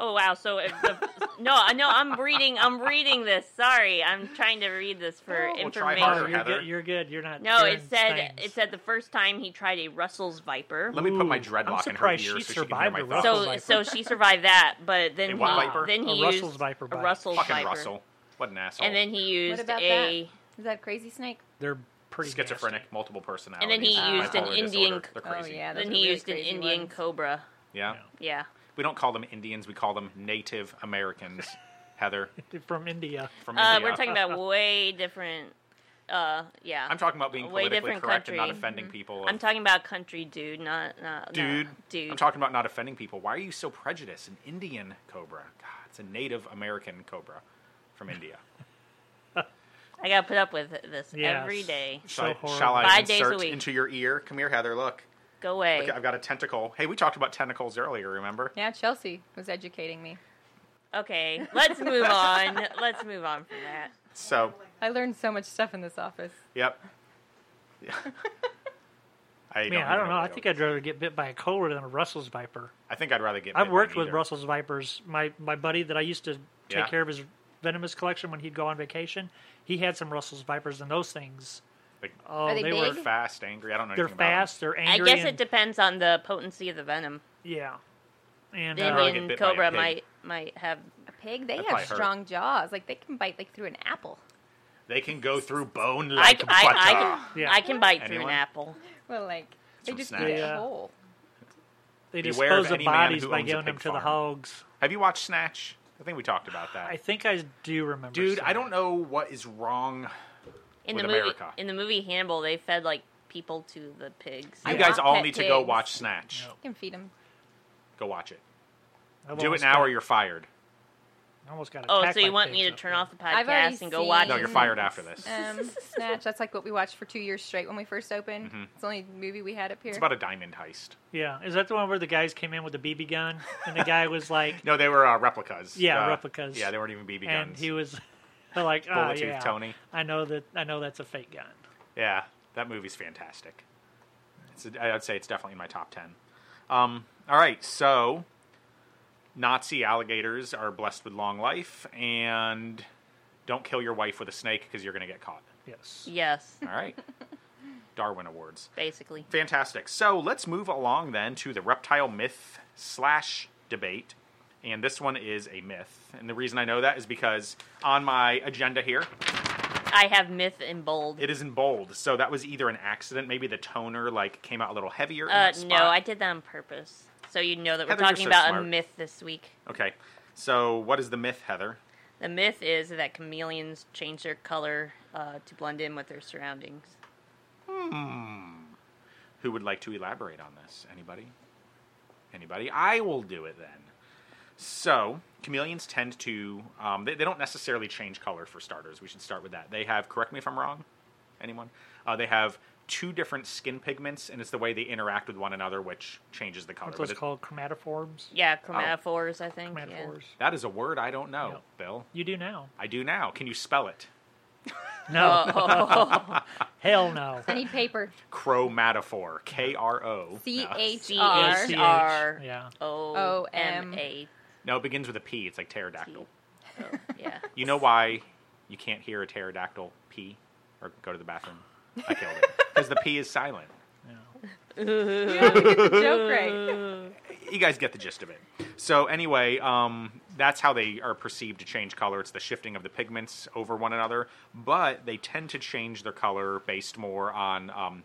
[SPEAKER 2] Oh wow! So if the, no, I know I'm reading. I'm reading this. Sorry, I'm trying to read this for
[SPEAKER 1] We'll try
[SPEAKER 2] information.
[SPEAKER 1] harder,
[SPEAKER 3] Oh, you're,
[SPEAKER 1] Heather.
[SPEAKER 3] good, you're good. You're not.
[SPEAKER 2] No, it
[SPEAKER 3] doing
[SPEAKER 2] said
[SPEAKER 3] things.
[SPEAKER 2] it said the first time he tried a Russell's Viper.
[SPEAKER 1] Let me put my
[SPEAKER 3] Ooh,
[SPEAKER 1] dreadlock
[SPEAKER 3] I'm
[SPEAKER 1] in her ear
[SPEAKER 3] surprised
[SPEAKER 1] so
[SPEAKER 3] she
[SPEAKER 1] she can hear
[SPEAKER 3] survived
[SPEAKER 1] my
[SPEAKER 3] the
[SPEAKER 1] thoughts.
[SPEAKER 3] Russell
[SPEAKER 2] So
[SPEAKER 3] Viper.
[SPEAKER 2] so she survived that, but then
[SPEAKER 1] A
[SPEAKER 2] he
[SPEAKER 1] what viper?
[SPEAKER 2] then he
[SPEAKER 3] A
[SPEAKER 2] used
[SPEAKER 3] Russell's Viper
[SPEAKER 2] a
[SPEAKER 3] bite.
[SPEAKER 2] Russell's
[SPEAKER 1] Fucking
[SPEAKER 2] Viper,
[SPEAKER 1] Russell. What an asshole.
[SPEAKER 2] and then he
[SPEAKER 4] What
[SPEAKER 2] used
[SPEAKER 4] about that?
[SPEAKER 2] a
[SPEAKER 4] Is that crazy snake?
[SPEAKER 3] They're pretty
[SPEAKER 1] schizophrenic,
[SPEAKER 3] nasty.
[SPEAKER 1] multiple personality.
[SPEAKER 2] And then he used an Indian-
[SPEAKER 1] They're crazy.
[SPEAKER 4] Oh yeah, those
[SPEAKER 2] then
[SPEAKER 4] are
[SPEAKER 2] he
[SPEAKER 4] really
[SPEAKER 2] used an
[SPEAKER 4] crazy
[SPEAKER 2] Indian
[SPEAKER 4] ones.
[SPEAKER 2] cobra.
[SPEAKER 1] Yeah.
[SPEAKER 3] Yeah.
[SPEAKER 2] Yeah,
[SPEAKER 1] We don't call them Indians. We call them Native Americans. Heather
[SPEAKER 3] from India.
[SPEAKER 1] from
[SPEAKER 2] uh,
[SPEAKER 1] India.
[SPEAKER 2] we're talking about way different. Uh, yeah,
[SPEAKER 1] I'm talking about being
[SPEAKER 2] way
[SPEAKER 1] politically
[SPEAKER 2] different
[SPEAKER 1] correct and not
[SPEAKER 2] country. Mm-hmm.
[SPEAKER 1] offending people.
[SPEAKER 2] I'm talking about country dude, not not not-
[SPEAKER 1] dude.
[SPEAKER 2] dude.
[SPEAKER 1] I'm talking about not offending people. Why are you so prejudiced? An Indian cobra. God, it's a Native American cobra from India.
[SPEAKER 2] I gotta put up with this
[SPEAKER 3] Yes.
[SPEAKER 2] every day.
[SPEAKER 3] So
[SPEAKER 1] shall, I-
[SPEAKER 3] horrible.
[SPEAKER 1] shall I
[SPEAKER 2] Five days a
[SPEAKER 1] insert
[SPEAKER 2] week.
[SPEAKER 1] into your ear? Come here, Heather. Look.
[SPEAKER 2] Go away.
[SPEAKER 1] Look, I've got a tentacle. Hey, we talked about tentacles earlier. Remember?
[SPEAKER 4] Yeah, Chelsea was educating me.
[SPEAKER 2] Okay, let's move on. let's move on from that.
[SPEAKER 1] So,
[SPEAKER 4] I learned so much stuff in this office.
[SPEAKER 1] yep. Yeah. I
[SPEAKER 3] Man, I
[SPEAKER 1] even
[SPEAKER 3] don't know. I
[SPEAKER 1] what
[SPEAKER 3] think
[SPEAKER 1] they are.
[SPEAKER 3] I'd rather get bit by a cobra than a Russell's viper.
[SPEAKER 1] I think I'd rather get.
[SPEAKER 3] I've
[SPEAKER 1] bit
[SPEAKER 3] worked
[SPEAKER 1] by
[SPEAKER 3] with
[SPEAKER 1] neither.
[SPEAKER 3] Russell's vipers. My my buddy that I used to take
[SPEAKER 1] Yeah.
[SPEAKER 3] care of his venomous collection when he'd go on vacation. He had some Russell's vipers, and those things.
[SPEAKER 1] Like,
[SPEAKER 3] Oh,
[SPEAKER 4] Are they
[SPEAKER 3] were.
[SPEAKER 4] big?
[SPEAKER 1] fast, angry. I don't know.
[SPEAKER 3] They're
[SPEAKER 1] anything about 'em.
[SPEAKER 3] fast. They're angry.
[SPEAKER 2] I guess
[SPEAKER 3] and,
[SPEAKER 2] it depends on the potency of the venom.
[SPEAKER 3] Yeah. And
[SPEAKER 2] The
[SPEAKER 3] uh,
[SPEAKER 1] Indian- get
[SPEAKER 2] Indian
[SPEAKER 1] bit by a
[SPEAKER 2] cobra
[SPEAKER 1] pig.
[SPEAKER 2] might might have.
[SPEAKER 4] A pig,
[SPEAKER 1] That
[SPEAKER 4] they have
[SPEAKER 1] probably hurt.
[SPEAKER 4] strong jaws. Like they can bite like through an apple.
[SPEAKER 1] They can go through bone
[SPEAKER 2] I,
[SPEAKER 1] like
[SPEAKER 2] c- I- I
[SPEAKER 1] butter.
[SPEAKER 2] can,
[SPEAKER 3] Yeah.
[SPEAKER 2] I can bite through
[SPEAKER 1] Anyone?
[SPEAKER 2] an apple.
[SPEAKER 4] Well, like they
[SPEAKER 1] Some
[SPEAKER 4] just
[SPEAKER 1] snacks.
[SPEAKER 4] eat it
[SPEAKER 3] Yeah.
[SPEAKER 4] whole.
[SPEAKER 3] they
[SPEAKER 1] Beware of
[SPEAKER 3] dispose of
[SPEAKER 1] any man
[SPEAKER 3] bodies
[SPEAKER 1] who
[SPEAKER 3] by
[SPEAKER 1] owns a
[SPEAKER 3] giving
[SPEAKER 1] pig
[SPEAKER 3] them to the
[SPEAKER 1] farm.
[SPEAKER 3] hogs.
[SPEAKER 1] Have you watched Snatch? I think we talked about that.
[SPEAKER 3] I think I do remember.
[SPEAKER 1] Dude,
[SPEAKER 3] seeing
[SPEAKER 1] I don't
[SPEAKER 3] it.
[SPEAKER 1] know what is wrong.
[SPEAKER 2] In
[SPEAKER 1] With
[SPEAKER 2] the movie,
[SPEAKER 1] America.
[SPEAKER 2] in the movie Hannibal, they fed like people to the pigs.
[SPEAKER 1] You
[SPEAKER 4] I
[SPEAKER 1] guys
[SPEAKER 4] want
[SPEAKER 1] all
[SPEAKER 4] pet
[SPEAKER 1] need to go
[SPEAKER 4] pigs.
[SPEAKER 1] watch Snatch.
[SPEAKER 3] No.
[SPEAKER 4] You can feed them.
[SPEAKER 1] Go watch it.
[SPEAKER 3] I've
[SPEAKER 1] Do it
[SPEAKER 3] almost
[SPEAKER 1] now,
[SPEAKER 3] got-
[SPEAKER 1] or you're fired.
[SPEAKER 3] I almost got
[SPEAKER 2] Oh,
[SPEAKER 3] attacked
[SPEAKER 2] so you
[SPEAKER 3] by
[SPEAKER 2] want me
[SPEAKER 3] pigs
[SPEAKER 2] to
[SPEAKER 3] up
[SPEAKER 2] turn
[SPEAKER 3] there.
[SPEAKER 2] off the
[SPEAKER 4] I've already
[SPEAKER 2] podcast and go watch?
[SPEAKER 1] No, you're
[SPEAKER 4] Mm.
[SPEAKER 1] fired after this.
[SPEAKER 4] Um, Snatch. That's like what we watched for two years straight when we first opened. It's the only movie we had up here.
[SPEAKER 1] Mm-hmm. It's about a diamond heist.
[SPEAKER 3] Yeah, is that the one where the guys came in with a BB gun and the guy was like,
[SPEAKER 1] No, they were uh, replicas.
[SPEAKER 3] Yeah,
[SPEAKER 1] Uh,
[SPEAKER 3] replicas.
[SPEAKER 1] Yeah, they weren't even BB
[SPEAKER 3] and
[SPEAKER 1] guns.
[SPEAKER 3] he was like, oh,
[SPEAKER 1] Bulletooth
[SPEAKER 3] yeah,
[SPEAKER 1] Tony.
[SPEAKER 3] I know that. I know that's a fake gun.
[SPEAKER 1] Yeah, that movie's fantastic. It's a, I'd say it's definitely in my top ten. Um, all right, so Nazi alligators are blessed with long life, and don't kill your wife with a snake because you're going to get caught.
[SPEAKER 3] Yes.
[SPEAKER 2] Yes,
[SPEAKER 1] All right, Darwin Awards.
[SPEAKER 2] basically.
[SPEAKER 1] Fantastic. So let's move along then to the reptile myth slash debate. And this one is a myth. And the reason I know that is because on my agenda here,
[SPEAKER 2] I have myth in bold.
[SPEAKER 1] it is in bold. So that was either an accident, maybe the toner like came out a little heavier. in
[SPEAKER 2] Uh,
[SPEAKER 1] that
[SPEAKER 2] no,
[SPEAKER 1] spot.
[SPEAKER 2] I did that on purpose, so you know that we're
[SPEAKER 1] Heather, you're
[SPEAKER 2] talking
[SPEAKER 1] so
[SPEAKER 2] about
[SPEAKER 1] smart.
[SPEAKER 2] a myth this week.
[SPEAKER 1] Okay. So what is the myth, Heather?
[SPEAKER 2] The myth is that chameleons change their color uh, to blend in with their surroundings.
[SPEAKER 1] Who would like to elaborate on this? Anybody? Anybody? I will do it then. So, chameleons tend to, um, they, they don't necessarily change color for starters. We should start with that. They have, correct me if I'm wrong, anyone? Uh, they have two different skin pigments, and it's the way they interact with one another which changes the color.
[SPEAKER 3] What's
[SPEAKER 1] But
[SPEAKER 3] those
[SPEAKER 1] it-
[SPEAKER 3] called? Chromatophores.
[SPEAKER 2] Yeah, chromatophores, I think. yeah.
[SPEAKER 3] Chromatophores.
[SPEAKER 1] that is a word I don't know,
[SPEAKER 3] No.
[SPEAKER 1] Bill.
[SPEAKER 3] You do now.
[SPEAKER 1] I do now. Can you spell it?
[SPEAKER 2] Uh,
[SPEAKER 3] No.
[SPEAKER 2] Oh,
[SPEAKER 3] Hell no.
[SPEAKER 4] I need paper.
[SPEAKER 1] Chromatophore. K R O.
[SPEAKER 4] C
[SPEAKER 1] No.
[SPEAKER 4] H
[SPEAKER 2] C
[SPEAKER 4] R.
[SPEAKER 2] H E R
[SPEAKER 3] E Yeah.
[SPEAKER 2] O M A.
[SPEAKER 1] No, it begins with a P. It's like pterodactyl.
[SPEAKER 2] Oh, Yeah.
[SPEAKER 1] You know why you can't hear a pterodactyl pee or go to the bathroom? I killed it. Because the P is silent.
[SPEAKER 4] You don't get the joke right.
[SPEAKER 1] You guys get the gist of it. So, anyway, um, that's how they are perceived to change color. It's the shifting of the pigments over one another, but they tend to change their color based more on um,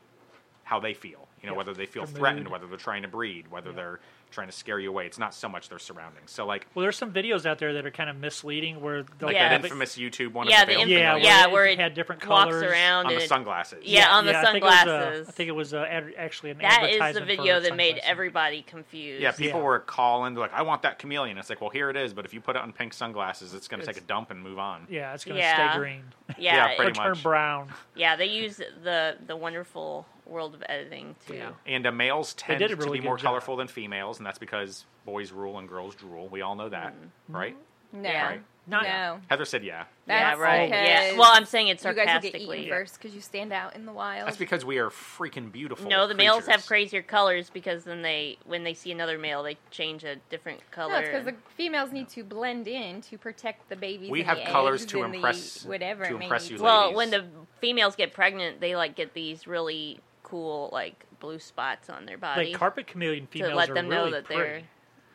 [SPEAKER 1] how they feel. You know,
[SPEAKER 3] Yeah.
[SPEAKER 1] whether they feel
[SPEAKER 3] Their
[SPEAKER 1] threatened,
[SPEAKER 3] mood.
[SPEAKER 1] whether they're trying to breed, whether they're trying to scare you away. It's not so much their surroundings. So, like,
[SPEAKER 3] Well, there's some videos out there that are kind of misleading where they'll
[SPEAKER 1] like
[SPEAKER 2] Yeah.
[SPEAKER 1] that
[SPEAKER 3] have it-
[SPEAKER 1] infamous YouTube one
[SPEAKER 2] Yeah,
[SPEAKER 1] of the
[SPEAKER 2] the
[SPEAKER 1] veiled
[SPEAKER 2] inf-
[SPEAKER 3] infamous-
[SPEAKER 2] yeah,
[SPEAKER 1] chameleon
[SPEAKER 3] where it
[SPEAKER 2] where it
[SPEAKER 3] had different
[SPEAKER 2] walks
[SPEAKER 3] colors.
[SPEAKER 2] around
[SPEAKER 1] on
[SPEAKER 2] and
[SPEAKER 1] the
[SPEAKER 2] it-
[SPEAKER 1] sunglasses.
[SPEAKER 2] Yeah, on the
[SPEAKER 3] I think it was, uh,
[SPEAKER 2] sunglasses.
[SPEAKER 3] I think it was, uh, ad- actually an
[SPEAKER 2] that
[SPEAKER 3] advertisement.
[SPEAKER 2] is the video
[SPEAKER 3] for
[SPEAKER 2] that made
[SPEAKER 3] sunglasses.
[SPEAKER 2] everybody confused.
[SPEAKER 1] Yeah, people
[SPEAKER 3] Yeah.
[SPEAKER 1] were calling. They're like, "I want that chameleon." It's like, well, here it is. But if you put it on pink sunglasses, it's going to take a dump and move on.
[SPEAKER 3] Yeah, it's going to
[SPEAKER 2] Yeah.
[SPEAKER 3] stay green
[SPEAKER 2] Yeah,
[SPEAKER 1] Yeah,
[SPEAKER 2] it-
[SPEAKER 3] or
[SPEAKER 1] Pretty
[SPEAKER 3] turn
[SPEAKER 1] much.
[SPEAKER 3] brown.
[SPEAKER 2] yeah, they use the the wonderful world of editing too.
[SPEAKER 3] Yeah.
[SPEAKER 1] And uh, males tend
[SPEAKER 3] did
[SPEAKER 1] to
[SPEAKER 3] a really
[SPEAKER 1] be more
[SPEAKER 3] good job.
[SPEAKER 1] colorful than females, and that's because boys rule and girls drool. We all know that, right?
[SPEAKER 4] No.
[SPEAKER 2] Mm-hmm. Yeah.
[SPEAKER 1] Right.
[SPEAKER 3] Not
[SPEAKER 4] No.
[SPEAKER 1] Heather said yeah.
[SPEAKER 4] That's
[SPEAKER 2] yeah, right. Yeah.
[SPEAKER 4] because
[SPEAKER 2] Well, I'm saying it
[SPEAKER 4] you guys will get eaten
[SPEAKER 2] sarcastically.
[SPEAKER 4] first because you stand out in the wild.
[SPEAKER 1] That's because we are freaking beautiful.
[SPEAKER 2] No, the males have
[SPEAKER 1] creatures.
[SPEAKER 2] crazier colors because then they, when they see another male, they change a different color.
[SPEAKER 4] no, it's because
[SPEAKER 2] and-
[SPEAKER 4] the females need to blend in to protect the babies.
[SPEAKER 1] We
[SPEAKER 4] and
[SPEAKER 1] have
[SPEAKER 4] the
[SPEAKER 1] colors
[SPEAKER 4] eggs
[SPEAKER 1] to
[SPEAKER 4] and the
[SPEAKER 1] impress-
[SPEAKER 4] whatever
[SPEAKER 1] to
[SPEAKER 4] it may
[SPEAKER 1] impress
[SPEAKER 4] need
[SPEAKER 1] you
[SPEAKER 4] to-
[SPEAKER 1] ladies.
[SPEAKER 2] well, when the females get pregnant, they like get these really cool like blue spots on their body
[SPEAKER 3] like carpet chameleon
[SPEAKER 2] to
[SPEAKER 3] females
[SPEAKER 2] let
[SPEAKER 3] are
[SPEAKER 2] them
[SPEAKER 3] really
[SPEAKER 2] know that
[SPEAKER 3] pretty.
[SPEAKER 2] they're.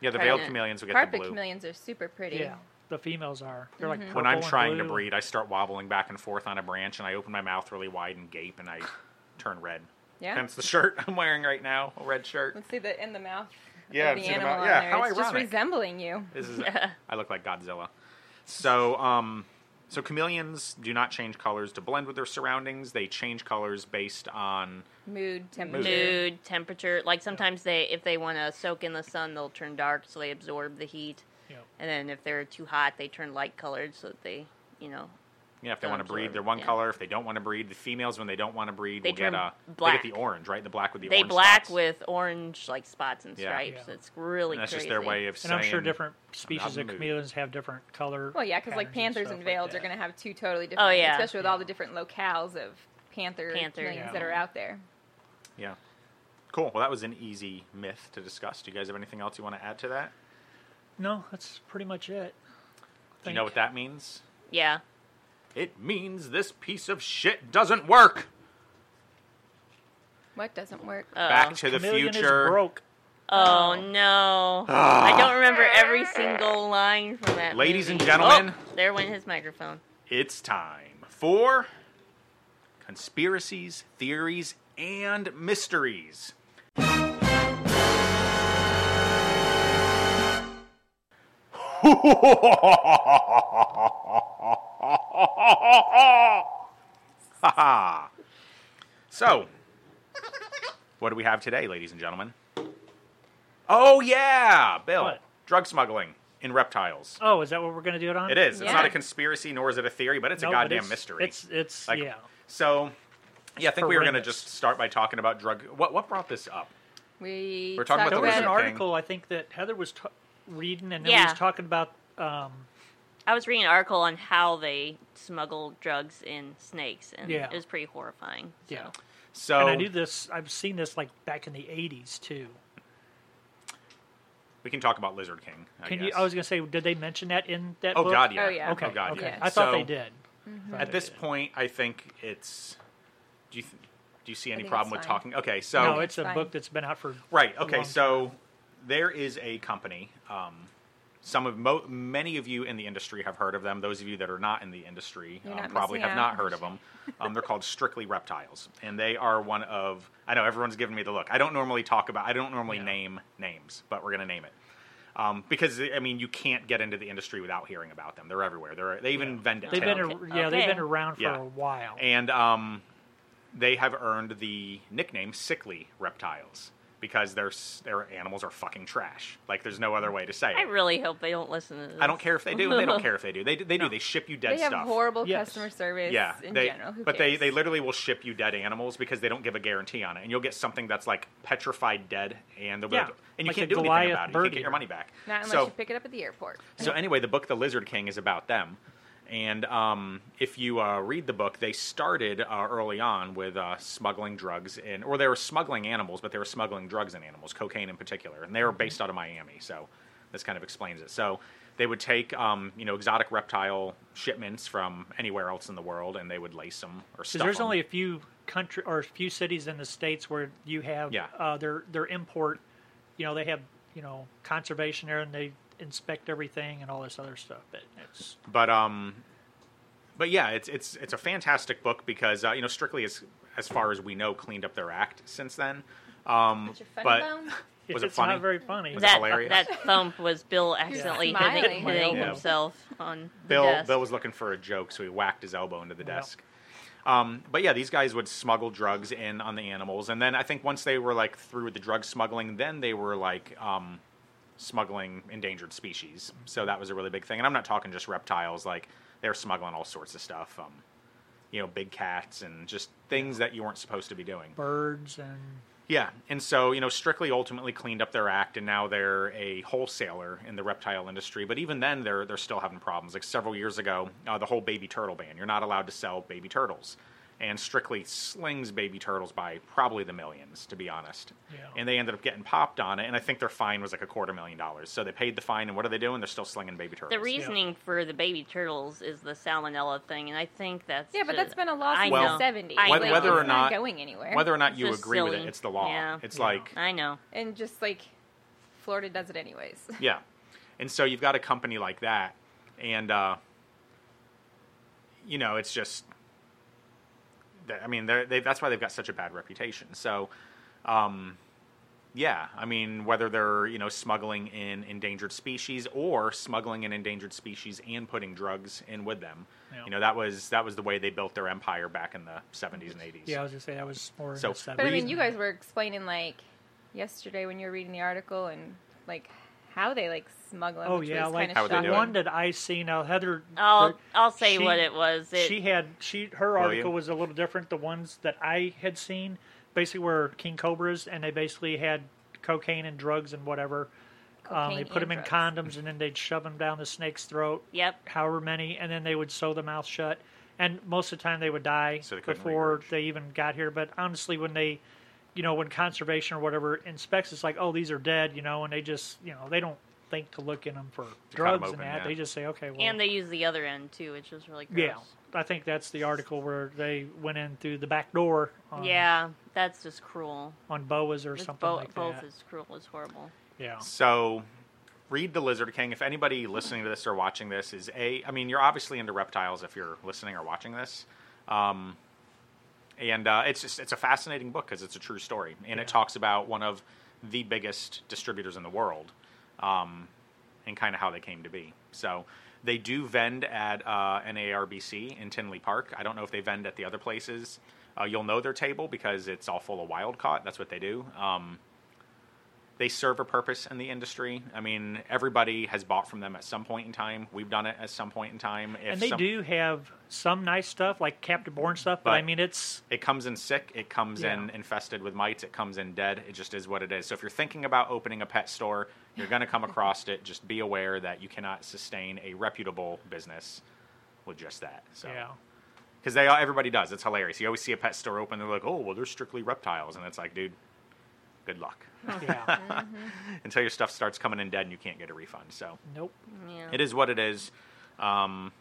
[SPEAKER 1] Yeah, the veiled
[SPEAKER 2] Pregnant.
[SPEAKER 1] chameleons will get
[SPEAKER 4] carpet
[SPEAKER 1] the blue.
[SPEAKER 4] chameleons are super pretty.
[SPEAKER 3] Yeah, the females are. They're
[SPEAKER 4] Mm-hmm.
[SPEAKER 3] like
[SPEAKER 1] When I'm
[SPEAKER 3] purple and
[SPEAKER 1] trying to
[SPEAKER 3] blue.
[SPEAKER 1] breed, I start wobbling back and forth on a branch, and I open my mouth really wide and gape, and I turn red.
[SPEAKER 4] Yeah?
[SPEAKER 1] Hence the shirt I'm wearing right now, a red shirt.
[SPEAKER 4] Let's see the in the mouth.
[SPEAKER 1] Yeah,
[SPEAKER 4] of the
[SPEAKER 1] it's in the
[SPEAKER 4] animal
[SPEAKER 1] mouth.
[SPEAKER 4] on
[SPEAKER 1] Yeah,
[SPEAKER 4] there.
[SPEAKER 1] how
[SPEAKER 4] it's just
[SPEAKER 1] ironic.
[SPEAKER 4] resembling you.
[SPEAKER 1] This is I look like Godzilla. So, um, so chameleons do not change colors to blend with their surroundings. They change colors based on
[SPEAKER 4] Mood, temperature.
[SPEAKER 2] mood, temperature. Like sometimes they, if they want to soak in the sun, they'll turn dark so they absorb the heat.
[SPEAKER 3] Yeah.
[SPEAKER 2] And then if they're too hot, they turn light colored so that they, you know,
[SPEAKER 1] Yeah, if they
[SPEAKER 2] They'll
[SPEAKER 1] want to breed,
[SPEAKER 2] absorb
[SPEAKER 1] they're
[SPEAKER 2] it,
[SPEAKER 1] one
[SPEAKER 2] yeah.
[SPEAKER 1] color. If they don't want to breed, the females when they don't want to breed,
[SPEAKER 2] They
[SPEAKER 1] will get
[SPEAKER 2] turn
[SPEAKER 1] a
[SPEAKER 2] black.
[SPEAKER 1] they get the orange, right? The black with the
[SPEAKER 2] they
[SPEAKER 1] orange.
[SPEAKER 2] black
[SPEAKER 1] spots.
[SPEAKER 2] with orange like spots and
[SPEAKER 1] Yeah.
[SPEAKER 2] stripes.
[SPEAKER 3] Yeah.
[SPEAKER 2] It's really
[SPEAKER 1] And that's
[SPEAKER 2] crazy.
[SPEAKER 1] just their way of
[SPEAKER 3] And
[SPEAKER 1] saying.
[SPEAKER 3] I'm sure different species
[SPEAKER 1] the
[SPEAKER 3] of
[SPEAKER 1] mood.
[SPEAKER 3] chameleons have different color.
[SPEAKER 4] Well, yeah, because like
[SPEAKER 3] patterns
[SPEAKER 4] panthers
[SPEAKER 3] stuff
[SPEAKER 4] and veiled
[SPEAKER 3] like
[SPEAKER 4] are going
[SPEAKER 3] that.
[SPEAKER 4] to have two totally different,
[SPEAKER 2] Oh, yeah.
[SPEAKER 4] especially with all the different locales of panther,
[SPEAKER 2] Panther,
[SPEAKER 4] chameleons
[SPEAKER 3] yeah.
[SPEAKER 4] that are out there.
[SPEAKER 1] Yeah. Cool. Well, that was an easy myth to discuss. Do you guys have anything else you want to add to that?
[SPEAKER 3] No, that's pretty much it.
[SPEAKER 1] Do you know what that means?
[SPEAKER 2] Yeah.
[SPEAKER 1] It means this piece of shit doesn't work.
[SPEAKER 4] What doesn't work?
[SPEAKER 2] Uh-oh.
[SPEAKER 1] Back to the
[SPEAKER 3] Uh, Chameleon is
[SPEAKER 1] future.
[SPEAKER 3] broke.
[SPEAKER 2] Oh no! I don't remember every single line from that.
[SPEAKER 1] Ladies and
[SPEAKER 2] movie.
[SPEAKER 1] gentlemen.
[SPEAKER 2] Oh, there went his microphone.
[SPEAKER 1] It's time for conspiracies, theories, and mysteries. so, what do we have today, ladies and gentlemen? Oh, yeah, Bill.
[SPEAKER 3] What?
[SPEAKER 1] Drug smuggling in reptiles.
[SPEAKER 3] Oh, is that what we're going to do it on?
[SPEAKER 1] It is. It's
[SPEAKER 4] Yeah.
[SPEAKER 1] not a conspiracy, nor is it a theory, but it's
[SPEAKER 3] No,
[SPEAKER 1] a
[SPEAKER 3] but
[SPEAKER 1] goddamn
[SPEAKER 3] it's-
[SPEAKER 1] mystery.
[SPEAKER 3] It's it's
[SPEAKER 1] Like-
[SPEAKER 3] yeah.
[SPEAKER 1] so, yeah, I think we were going to
[SPEAKER 3] horrendous.
[SPEAKER 1] just start by talking about drug. What what brought this up?
[SPEAKER 4] We
[SPEAKER 1] We're talking
[SPEAKER 4] talked
[SPEAKER 1] about
[SPEAKER 3] There
[SPEAKER 1] the
[SPEAKER 3] was
[SPEAKER 1] lizard
[SPEAKER 3] an
[SPEAKER 1] thing.
[SPEAKER 3] article I think that Heather was t- reading, and then we
[SPEAKER 2] Yeah.
[SPEAKER 3] was talking about um,
[SPEAKER 2] I was reading an article on how they smuggle drugs in snakes, and
[SPEAKER 3] Yeah.
[SPEAKER 2] it was pretty horrifying. So.
[SPEAKER 3] yeah.
[SPEAKER 1] So
[SPEAKER 3] And I knew this. I've seen this like back in the '80s too.
[SPEAKER 1] we can talk about Lizard King. I
[SPEAKER 3] Can
[SPEAKER 1] guess.
[SPEAKER 3] you? I was going to say, did they mention that in that?
[SPEAKER 1] oh
[SPEAKER 3] book?
[SPEAKER 1] God, yeah.
[SPEAKER 4] Oh, yeah.
[SPEAKER 3] Okay.
[SPEAKER 1] Oh God,
[SPEAKER 3] okay.
[SPEAKER 1] yeah.
[SPEAKER 3] I thought
[SPEAKER 1] So,
[SPEAKER 3] they did.
[SPEAKER 4] Mm-hmm.
[SPEAKER 3] Thought
[SPEAKER 1] At
[SPEAKER 3] they
[SPEAKER 1] this
[SPEAKER 3] did.
[SPEAKER 1] point, I think it's. Do you th- do you see any
[SPEAKER 4] think
[SPEAKER 1] problem with
[SPEAKER 4] it's fine.
[SPEAKER 1] talking? Okay, so
[SPEAKER 3] no, it's a
[SPEAKER 4] Fine.
[SPEAKER 3] book that's been out for
[SPEAKER 1] Right.
[SPEAKER 3] a
[SPEAKER 1] Okay.
[SPEAKER 3] long
[SPEAKER 1] So there is a company. Um, some of mo- many of you in the industry have heard of them. Those of you that are not in the industry
[SPEAKER 4] You're
[SPEAKER 1] um,
[SPEAKER 4] not
[SPEAKER 1] probably
[SPEAKER 4] missing
[SPEAKER 1] have
[SPEAKER 4] out.
[SPEAKER 1] not heard of them. Um, they're called Strictly Reptiles, and they are one of. I know everyone's giving me the look. I don't normally talk about. I don't normally
[SPEAKER 3] No.
[SPEAKER 1] name names, but we're gonna name it. Um, because I mean, you can't get into the industry without hearing about them. They're everywhere. They're, they even vend at
[SPEAKER 3] They've been
[SPEAKER 1] Target.
[SPEAKER 3] a, yeah, they've
[SPEAKER 2] Okay.
[SPEAKER 3] been around for
[SPEAKER 1] Yeah.
[SPEAKER 3] a while.
[SPEAKER 1] And um, they have earned the nickname "sickly reptiles" because their s- their animals are fucking trash. Like, there's no other way to say it.
[SPEAKER 2] I really hope they don't listen to this.
[SPEAKER 1] I don't care if they do. They don't care if they do. They they do. They ship you dead
[SPEAKER 4] They have
[SPEAKER 1] stuff.
[SPEAKER 4] horrible
[SPEAKER 3] Yes.
[SPEAKER 4] customer service
[SPEAKER 1] yeah,
[SPEAKER 4] in
[SPEAKER 1] they,
[SPEAKER 4] general. Who
[SPEAKER 1] but they
[SPEAKER 4] cares?
[SPEAKER 1] they literally will ship you dead animals because they don't give a guarantee on it, and you'll get something that's like petrified dead, and they'll be
[SPEAKER 3] Yeah,
[SPEAKER 1] like, and you
[SPEAKER 3] like
[SPEAKER 1] can't
[SPEAKER 3] a
[SPEAKER 1] do anything
[SPEAKER 3] Goliath
[SPEAKER 1] about it. You
[SPEAKER 3] bird
[SPEAKER 1] can't get your
[SPEAKER 3] eater.
[SPEAKER 1] money back.
[SPEAKER 4] not unless
[SPEAKER 1] so Mm,
[SPEAKER 4] you pick it up at the airport.
[SPEAKER 1] so anyway, the book The Lizard King is about them. And um, if you uh, read the book, they started uh, early on with uh, smuggling drugs in, or they were smuggling animals, but they were smuggling drugs in animals, cocaine in particular. And they
[SPEAKER 3] Mm-hmm.
[SPEAKER 1] were based out of Miami, so this kind of explains it. So they would take, um, you know, exotic reptile shipments from anywhere else in the world, and they would lace them or
[SPEAKER 3] So
[SPEAKER 1] stuff
[SPEAKER 3] there's
[SPEAKER 1] 'em.
[SPEAKER 3] only a few country or a few cities in the states where you have
[SPEAKER 1] Yeah.
[SPEAKER 3] uh, their their import. You know they have you know conservation there and they inspect everything and all this other stuff. But it's
[SPEAKER 1] but um but yeah it's it's it's a fantastic book because uh, you know strictly as as far as we know cleaned up their act since then um
[SPEAKER 4] Is your funny
[SPEAKER 1] but
[SPEAKER 4] bone?
[SPEAKER 1] was it
[SPEAKER 3] it's
[SPEAKER 1] funny
[SPEAKER 3] not very funny.
[SPEAKER 1] Was it
[SPEAKER 2] that
[SPEAKER 1] hilarious?
[SPEAKER 2] that thump was Bill accidentally hitting,
[SPEAKER 4] smiling.
[SPEAKER 2] hitting
[SPEAKER 1] Yeah.
[SPEAKER 2] himself on
[SPEAKER 1] bill
[SPEAKER 2] the desk.
[SPEAKER 1] bill was looking for a joke so he whacked his elbow into the
[SPEAKER 3] Wow.
[SPEAKER 1] desk um, but yeah these guys would smuggle drugs in on the animals and then i think once they were like through with the drug smuggling then they were like um, smuggling endangered species so that was a really big thing and i'm not talking just reptiles like they're smuggling all sorts of stuff um, you know big cats and just things that you weren't supposed to be doing
[SPEAKER 3] birds and
[SPEAKER 1] Yeah, and so you know, Strictly ultimately cleaned up their act, and now they're a wholesaler in the reptile industry. But even then, they're they're still having problems. Like several years ago, uh, the whole baby turtle ban—you're not allowed to sell baby turtles. And Strictly slings baby turtles by probably the millions, to be honest.
[SPEAKER 3] Yeah.
[SPEAKER 1] And they ended up getting popped on it, and I think their fine was like a quarter million dollars. So they paid the fine, and what are they doing? They're still slinging baby turtles.
[SPEAKER 2] The reasoning for the baby turtles is the salmonella thing, and I think that's
[SPEAKER 4] Yeah, but
[SPEAKER 2] just-
[SPEAKER 4] that's been a law
[SPEAKER 2] I
[SPEAKER 4] since
[SPEAKER 1] Well,
[SPEAKER 4] the
[SPEAKER 2] know.
[SPEAKER 4] seventies.
[SPEAKER 2] I
[SPEAKER 1] Whether-
[SPEAKER 2] know.
[SPEAKER 1] whether or
[SPEAKER 4] it's not
[SPEAKER 1] not-
[SPEAKER 4] going anywhere.
[SPEAKER 1] Whether or not you
[SPEAKER 2] It's just
[SPEAKER 1] agree with it,
[SPEAKER 2] silly.
[SPEAKER 1] it's the law.
[SPEAKER 2] Yeah.
[SPEAKER 1] It's
[SPEAKER 3] Yeah.
[SPEAKER 1] like
[SPEAKER 2] I know.
[SPEAKER 4] and just like Florida does it anyways.
[SPEAKER 1] Yeah. And so you've got a company like that, and, uh, you know, it's just, that- I mean, they're, they, that's why they've got such a bad reputation. So, um, yeah, I mean, whether they're, you know, smuggling in endangered species or smuggling in endangered species and putting drugs in with them.
[SPEAKER 3] Yeah.
[SPEAKER 1] You know, that was that was the way they built their empire back in the 70s and 80s.
[SPEAKER 3] Yeah, I was gonna say that was more.
[SPEAKER 1] So-
[SPEAKER 3] in the
[SPEAKER 4] But I mean,
[SPEAKER 1] Reason-
[SPEAKER 4] you guys were explaining like yesterday when you were reading the article and like how they like smuggle them.
[SPEAKER 3] Oh
[SPEAKER 4] which
[SPEAKER 3] yeah,
[SPEAKER 4] was
[SPEAKER 3] like
[SPEAKER 4] kind
[SPEAKER 1] How
[SPEAKER 4] of
[SPEAKER 1] would they do
[SPEAKER 3] the
[SPEAKER 1] it?
[SPEAKER 3] one that I see now, Heather.
[SPEAKER 4] Oh,
[SPEAKER 2] I'll
[SPEAKER 3] the-
[SPEAKER 2] I'll say
[SPEAKER 3] she-
[SPEAKER 2] what it was. It,
[SPEAKER 3] she had she her
[SPEAKER 1] William?
[SPEAKER 3] article was a little different. The ones that I had seen basically were king cobras, and they basically had cocaine and drugs and whatever. Um, they
[SPEAKER 4] Cocaine
[SPEAKER 3] put them
[SPEAKER 4] and
[SPEAKER 3] in
[SPEAKER 4] drugs.
[SPEAKER 3] condoms, and then they'd shove them down the snake's throat.
[SPEAKER 2] Yep.
[SPEAKER 3] However many, and then they would sew the mouth shut. And most of the time, they would die
[SPEAKER 1] So they couldn't
[SPEAKER 3] before
[SPEAKER 1] regurgitate.
[SPEAKER 3] they even got here. But honestly, when they, you know, when conservation or whatever inspects, it's like, oh, these are dead, you know, and they just, you know, they don't think to look in them for drugs
[SPEAKER 1] open,
[SPEAKER 3] and that.
[SPEAKER 1] yeah.
[SPEAKER 3] They just say, okay, well,
[SPEAKER 2] and they use the other end too, which is really gross.
[SPEAKER 3] yeah, I think that's the article where they went in through the back door. On,
[SPEAKER 2] Yeah, that's just cruel.
[SPEAKER 3] on boas or
[SPEAKER 2] It's
[SPEAKER 3] something
[SPEAKER 2] bo-
[SPEAKER 3] like
[SPEAKER 2] both
[SPEAKER 3] that.
[SPEAKER 2] is cruel. It's horrible.
[SPEAKER 3] yeah,
[SPEAKER 1] So, read The Lizard King. If anybody listening to this or watching this is a, I mean, you're obviously into reptiles if you're listening or watching this. Um, and uh, it's just it's a fascinating book because it's a true story, and
[SPEAKER 3] Yeah.
[SPEAKER 1] it talks about one of the biggest distributors in the world, um, and kind of how they came to be. So. They do vend at uh, NARBC in Tinley Park. I don't know if they vend at the other places. Uh, you'll know their table because it's all full of wild caught. That's what they do. Um, they serve a purpose in the industry. I mean, everybody has bought from them at some point in time. We've done it at some point in time. If
[SPEAKER 3] and they
[SPEAKER 1] some- Mm-hmm.
[SPEAKER 3] do have some nice stuff like captive born stuff, but, I
[SPEAKER 1] But-
[SPEAKER 3] mean, it's
[SPEAKER 1] It comes in sick. It comes in
[SPEAKER 3] Yeah.
[SPEAKER 1] infested with mites. It comes in dead. It just is what it is. So if you're thinking about opening a pet store, you're going to come across it. Just be aware that you cannot sustain a reputable business with just that. So
[SPEAKER 3] yeah,
[SPEAKER 1] because they everybody does. It's hilarious. You always see a pet store open. They're like, oh well, they're strictly reptiles, and it's like, dude, good luck
[SPEAKER 3] yeah,
[SPEAKER 1] until your stuff starts coming in dead and you can't get a refund. So
[SPEAKER 3] nope.
[SPEAKER 2] Yeah.
[SPEAKER 1] it is what it is. Um,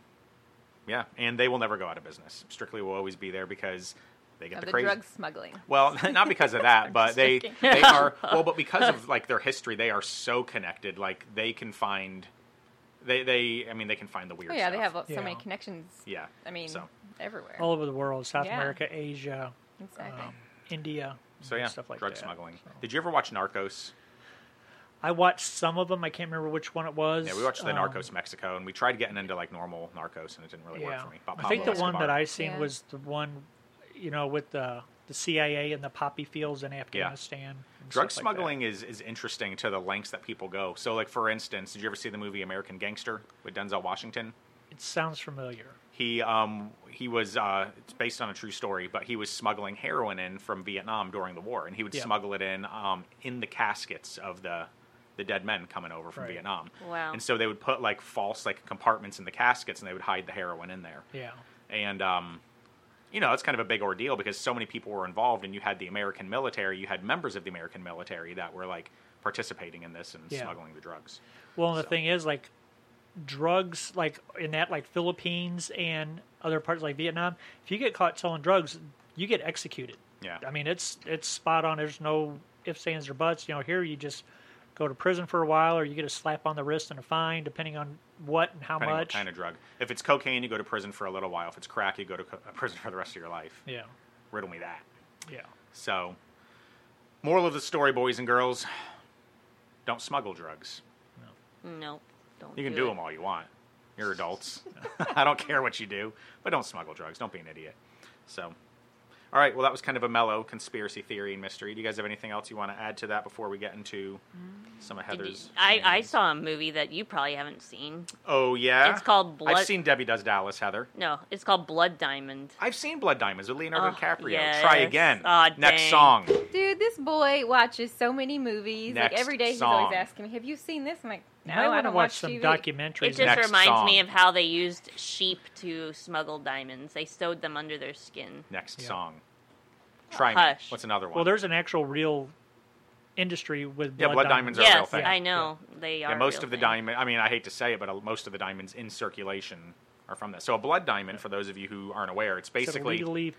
[SPEAKER 1] yeah, and they will never go out of business. Strictly will always be there because they get
[SPEAKER 4] of
[SPEAKER 1] the,
[SPEAKER 4] the
[SPEAKER 1] crazy.
[SPEAKER 4] drug smuggling.
[SPEAKER 1] Well, not because of that, but they
[SPEAKER 2] joking.
[SPEAKER 1] they are well, but because of like their history, they are so connected. Like they can find, they they I mean they can find the weird.
[SPEAKER 4] Oh yeah, they
[SPEAKER 1] stuff.
[SPEAKER 4] have so many
[SPEAKER 3] Yeah.
[SPEAKER 4] connections.
[SPEAKER 1] Yeah,
[SPEAKER 4] I mean
[SPEAKER 1] so
[SPEAKER 4] everywhere.
[SPEAKER 3] All over the world, South
[SPEAKER 4] Yeah.
[SPEAKER 3] America, Asia,
[SPEAKER 4] exactly.
[SPEAKER 3] um, India,
[SPEAKER 1] so
[SPEAKER 3] and
[SPEAKER 1] yeah,
[SPEAKER 3] stuff like
[SPEAKER 1] drug
[SPEAKER 3] that.
[SPEAKER 1] smuggling.
[SPEAKER 3] So-
[SPEAKER 1] Did you ever watch Narcos?
[SPEAKER 3] I watched some of them. I can't remember which one it was.
[SPEAKER 1] Yeah, we watched the
[SPEAKER 3] Um,
[SPEAKER 1] Narcos Mexico, and we tried getting into like normal Narcos, and it didn't really work for me. But
[SPEAKER 3] I think the
[SPEAKER 1] Pablo
[SPEAKER 3] one that
[SPEAKER 1] Escobar.
[SPEAKER 3] I seen
[SPEAKER 4] Yeah.
[SPEAKER 3] was the one, you know, with the the CIA and the poppy fields in Afghanistan. and
[SPEAKER 1] drug
[SPEAKER 3] stuff like that.
[SPEAKER 1] smuggling is is interesting to the lengths that people go. So, like for instance, did you ever see the movie American Gangster with Denzel Washington?
[SPEAKER 3] It sounds familiar.
[SPEAKER 1] He um he was uh it's based on a true story, but he was smuggling heroin in from Vietnam during the war, and he would
[SPEAKER 3] Yeah.
[SPEAKER 1] smuggle it in um in the caskets of the the dead men coming over from
[SPEAKER 3] Right.
[SPEAKER 1] Vietnam.
[SPEAKER 2] Wow.
[SPEAKER 1] And so they would put like false like compartments in the caskets, and they would hide the heroin in there
[SPEAKER 3] Yeah.
[SPEAKER 1] and um, you know it's kind of a big ordeal because so many people were involved and you had the american military you had members of the american military that were like participating in this and
[SPEAKER 3] Yeah.
[SPEAKER 1] smuggling the drugs
[SPEAKER 3] Well, and the
[SPEAKER 1] So-
[SPEAKER 3] thing is, like, drugs, like in that, like Philippines and other parts like Vietnam, if you get caught selling drugs, you get executed.
[SPEAKER 1] Yeah.
[SPEAKER 3] I mean, it's it's spot on. There's no ifs, ands, or buts. You know, here you just go to prison for a while, or you get a slap on the wrist and a fine, depending on what and how
[SPEAKER 1] depending on what
[SPEAKER 3] much.
[SPEAKER 1] kind of drug if it's cocaine you go to prison for a little while if it's crack you go to co- uh, prison for the rest of your life
[SPEAKER 3] yeah.
[SPEAKER 1] riddle me that
[SPEAKER 3] Yeah.
[SPEAKER 1] so moral of the story boys and girls don't smuggle drugs
[SPEAKER 2] Nope. Don't.
[SPEAKER 1] you can
[SPEAKER 2] do
[SPEAKER 1] do
[SPEAKER 2] it.
[SPEAKER 1] them all you want you're adults i don't care what you do but don't smuggle drugs don't be an idiot so All right. Well, that was kind of a mellow conspiracy theory and mystery. Do you guys have anything else you want to add to that before we get into some of
[SPEAKER 2] Did you-
[SPEAKER 1] Heather's?
[SPEAKER 2] I, I
[SPEAKER 1] shenanigans?
[SPEAKER 2] saw a movie that you probably haven't seen.
[SPEAKER 1] Oh yeah.
[SPEAKER 2] It's called Blood-
[SPEAKER 1] I've seen Debbie Does Dallas, Heather.
[SPEAKER 2] No, it's called Blood Diamond.
[SPEAKER 1] I've seen Blood Diamonds with Leonardo
[SPEAKER 2] Oh,
[SPEAKER 1] DiCaprio.
[SPEAKER 2] yes.
[SPEAKER 1] Try again.
[SPEAKER 2] Aw,
[SPEAKER 1] Next
[SPEAKER 2] dang.
[SPEAKER 1] song.
[SPEAKER 4] Dude, this boy watches so many movies.
[SPEAKER 1] Next
[SPEAKER 4] like every day, he's
[SPEAKER 1] song.
[SPEAKER 4] always asking me, "Have you seen this?" I'm like,
[SPEAKER 3] You might
[SPEAKER 4] "No, I
[SPEAKER 3] want to
[SPEAKER 4] don't
[SPEAKER 3] watch
[SPEAKER 4] watch
[SPEAKER 3] some
[SPEAKER 4] TV."
[SPEAKER 3] documentaries.
[SPEAKER 2] It just
[SPEAKER 1] Next
[SPEAKER 2] reminds me
[SPEAKER 1] song.
[SPEAKER 2] of how they used sheep to smuggle diamonds. They sewed them under their skin.
[SPEAKER 1] Next
[SPEAKER 3] Yeah.
[SPEAKER 1] song. Try me.
[SPEAKER 2] Hush.
[SPEAKER 1] What's another one?
[SPEAKER 3] well, there's an actual real industry with
[SPEAKER 1] Yeah,
[SPEAKER 3] blood,
[SPEAKER 1] blood diamonds
[SPEAKER 3] diamonds.
[SPEAKER 1] are a real
[SPEAKER 2] yes,
[SPEAKER 1] thing.
[SPEAKER 2] I know they are.
[SPEAKER 1] Yeah,
[SPEAKER 2] a
[SPEAKER 1] most
[SPEAKER 2] real
[SPEAKER 1] of the
[SPEAKER 2] thing.
[SPEAKER 1] diamond. I mean, I hate to say it, but uh, most of the diamonds in circulation are from that. So a blood diamond, for those of you who aren't aware, it's
[SPEAKER 3] It's
[SPEAKER 1] basically
[SPEAKER 3] illegally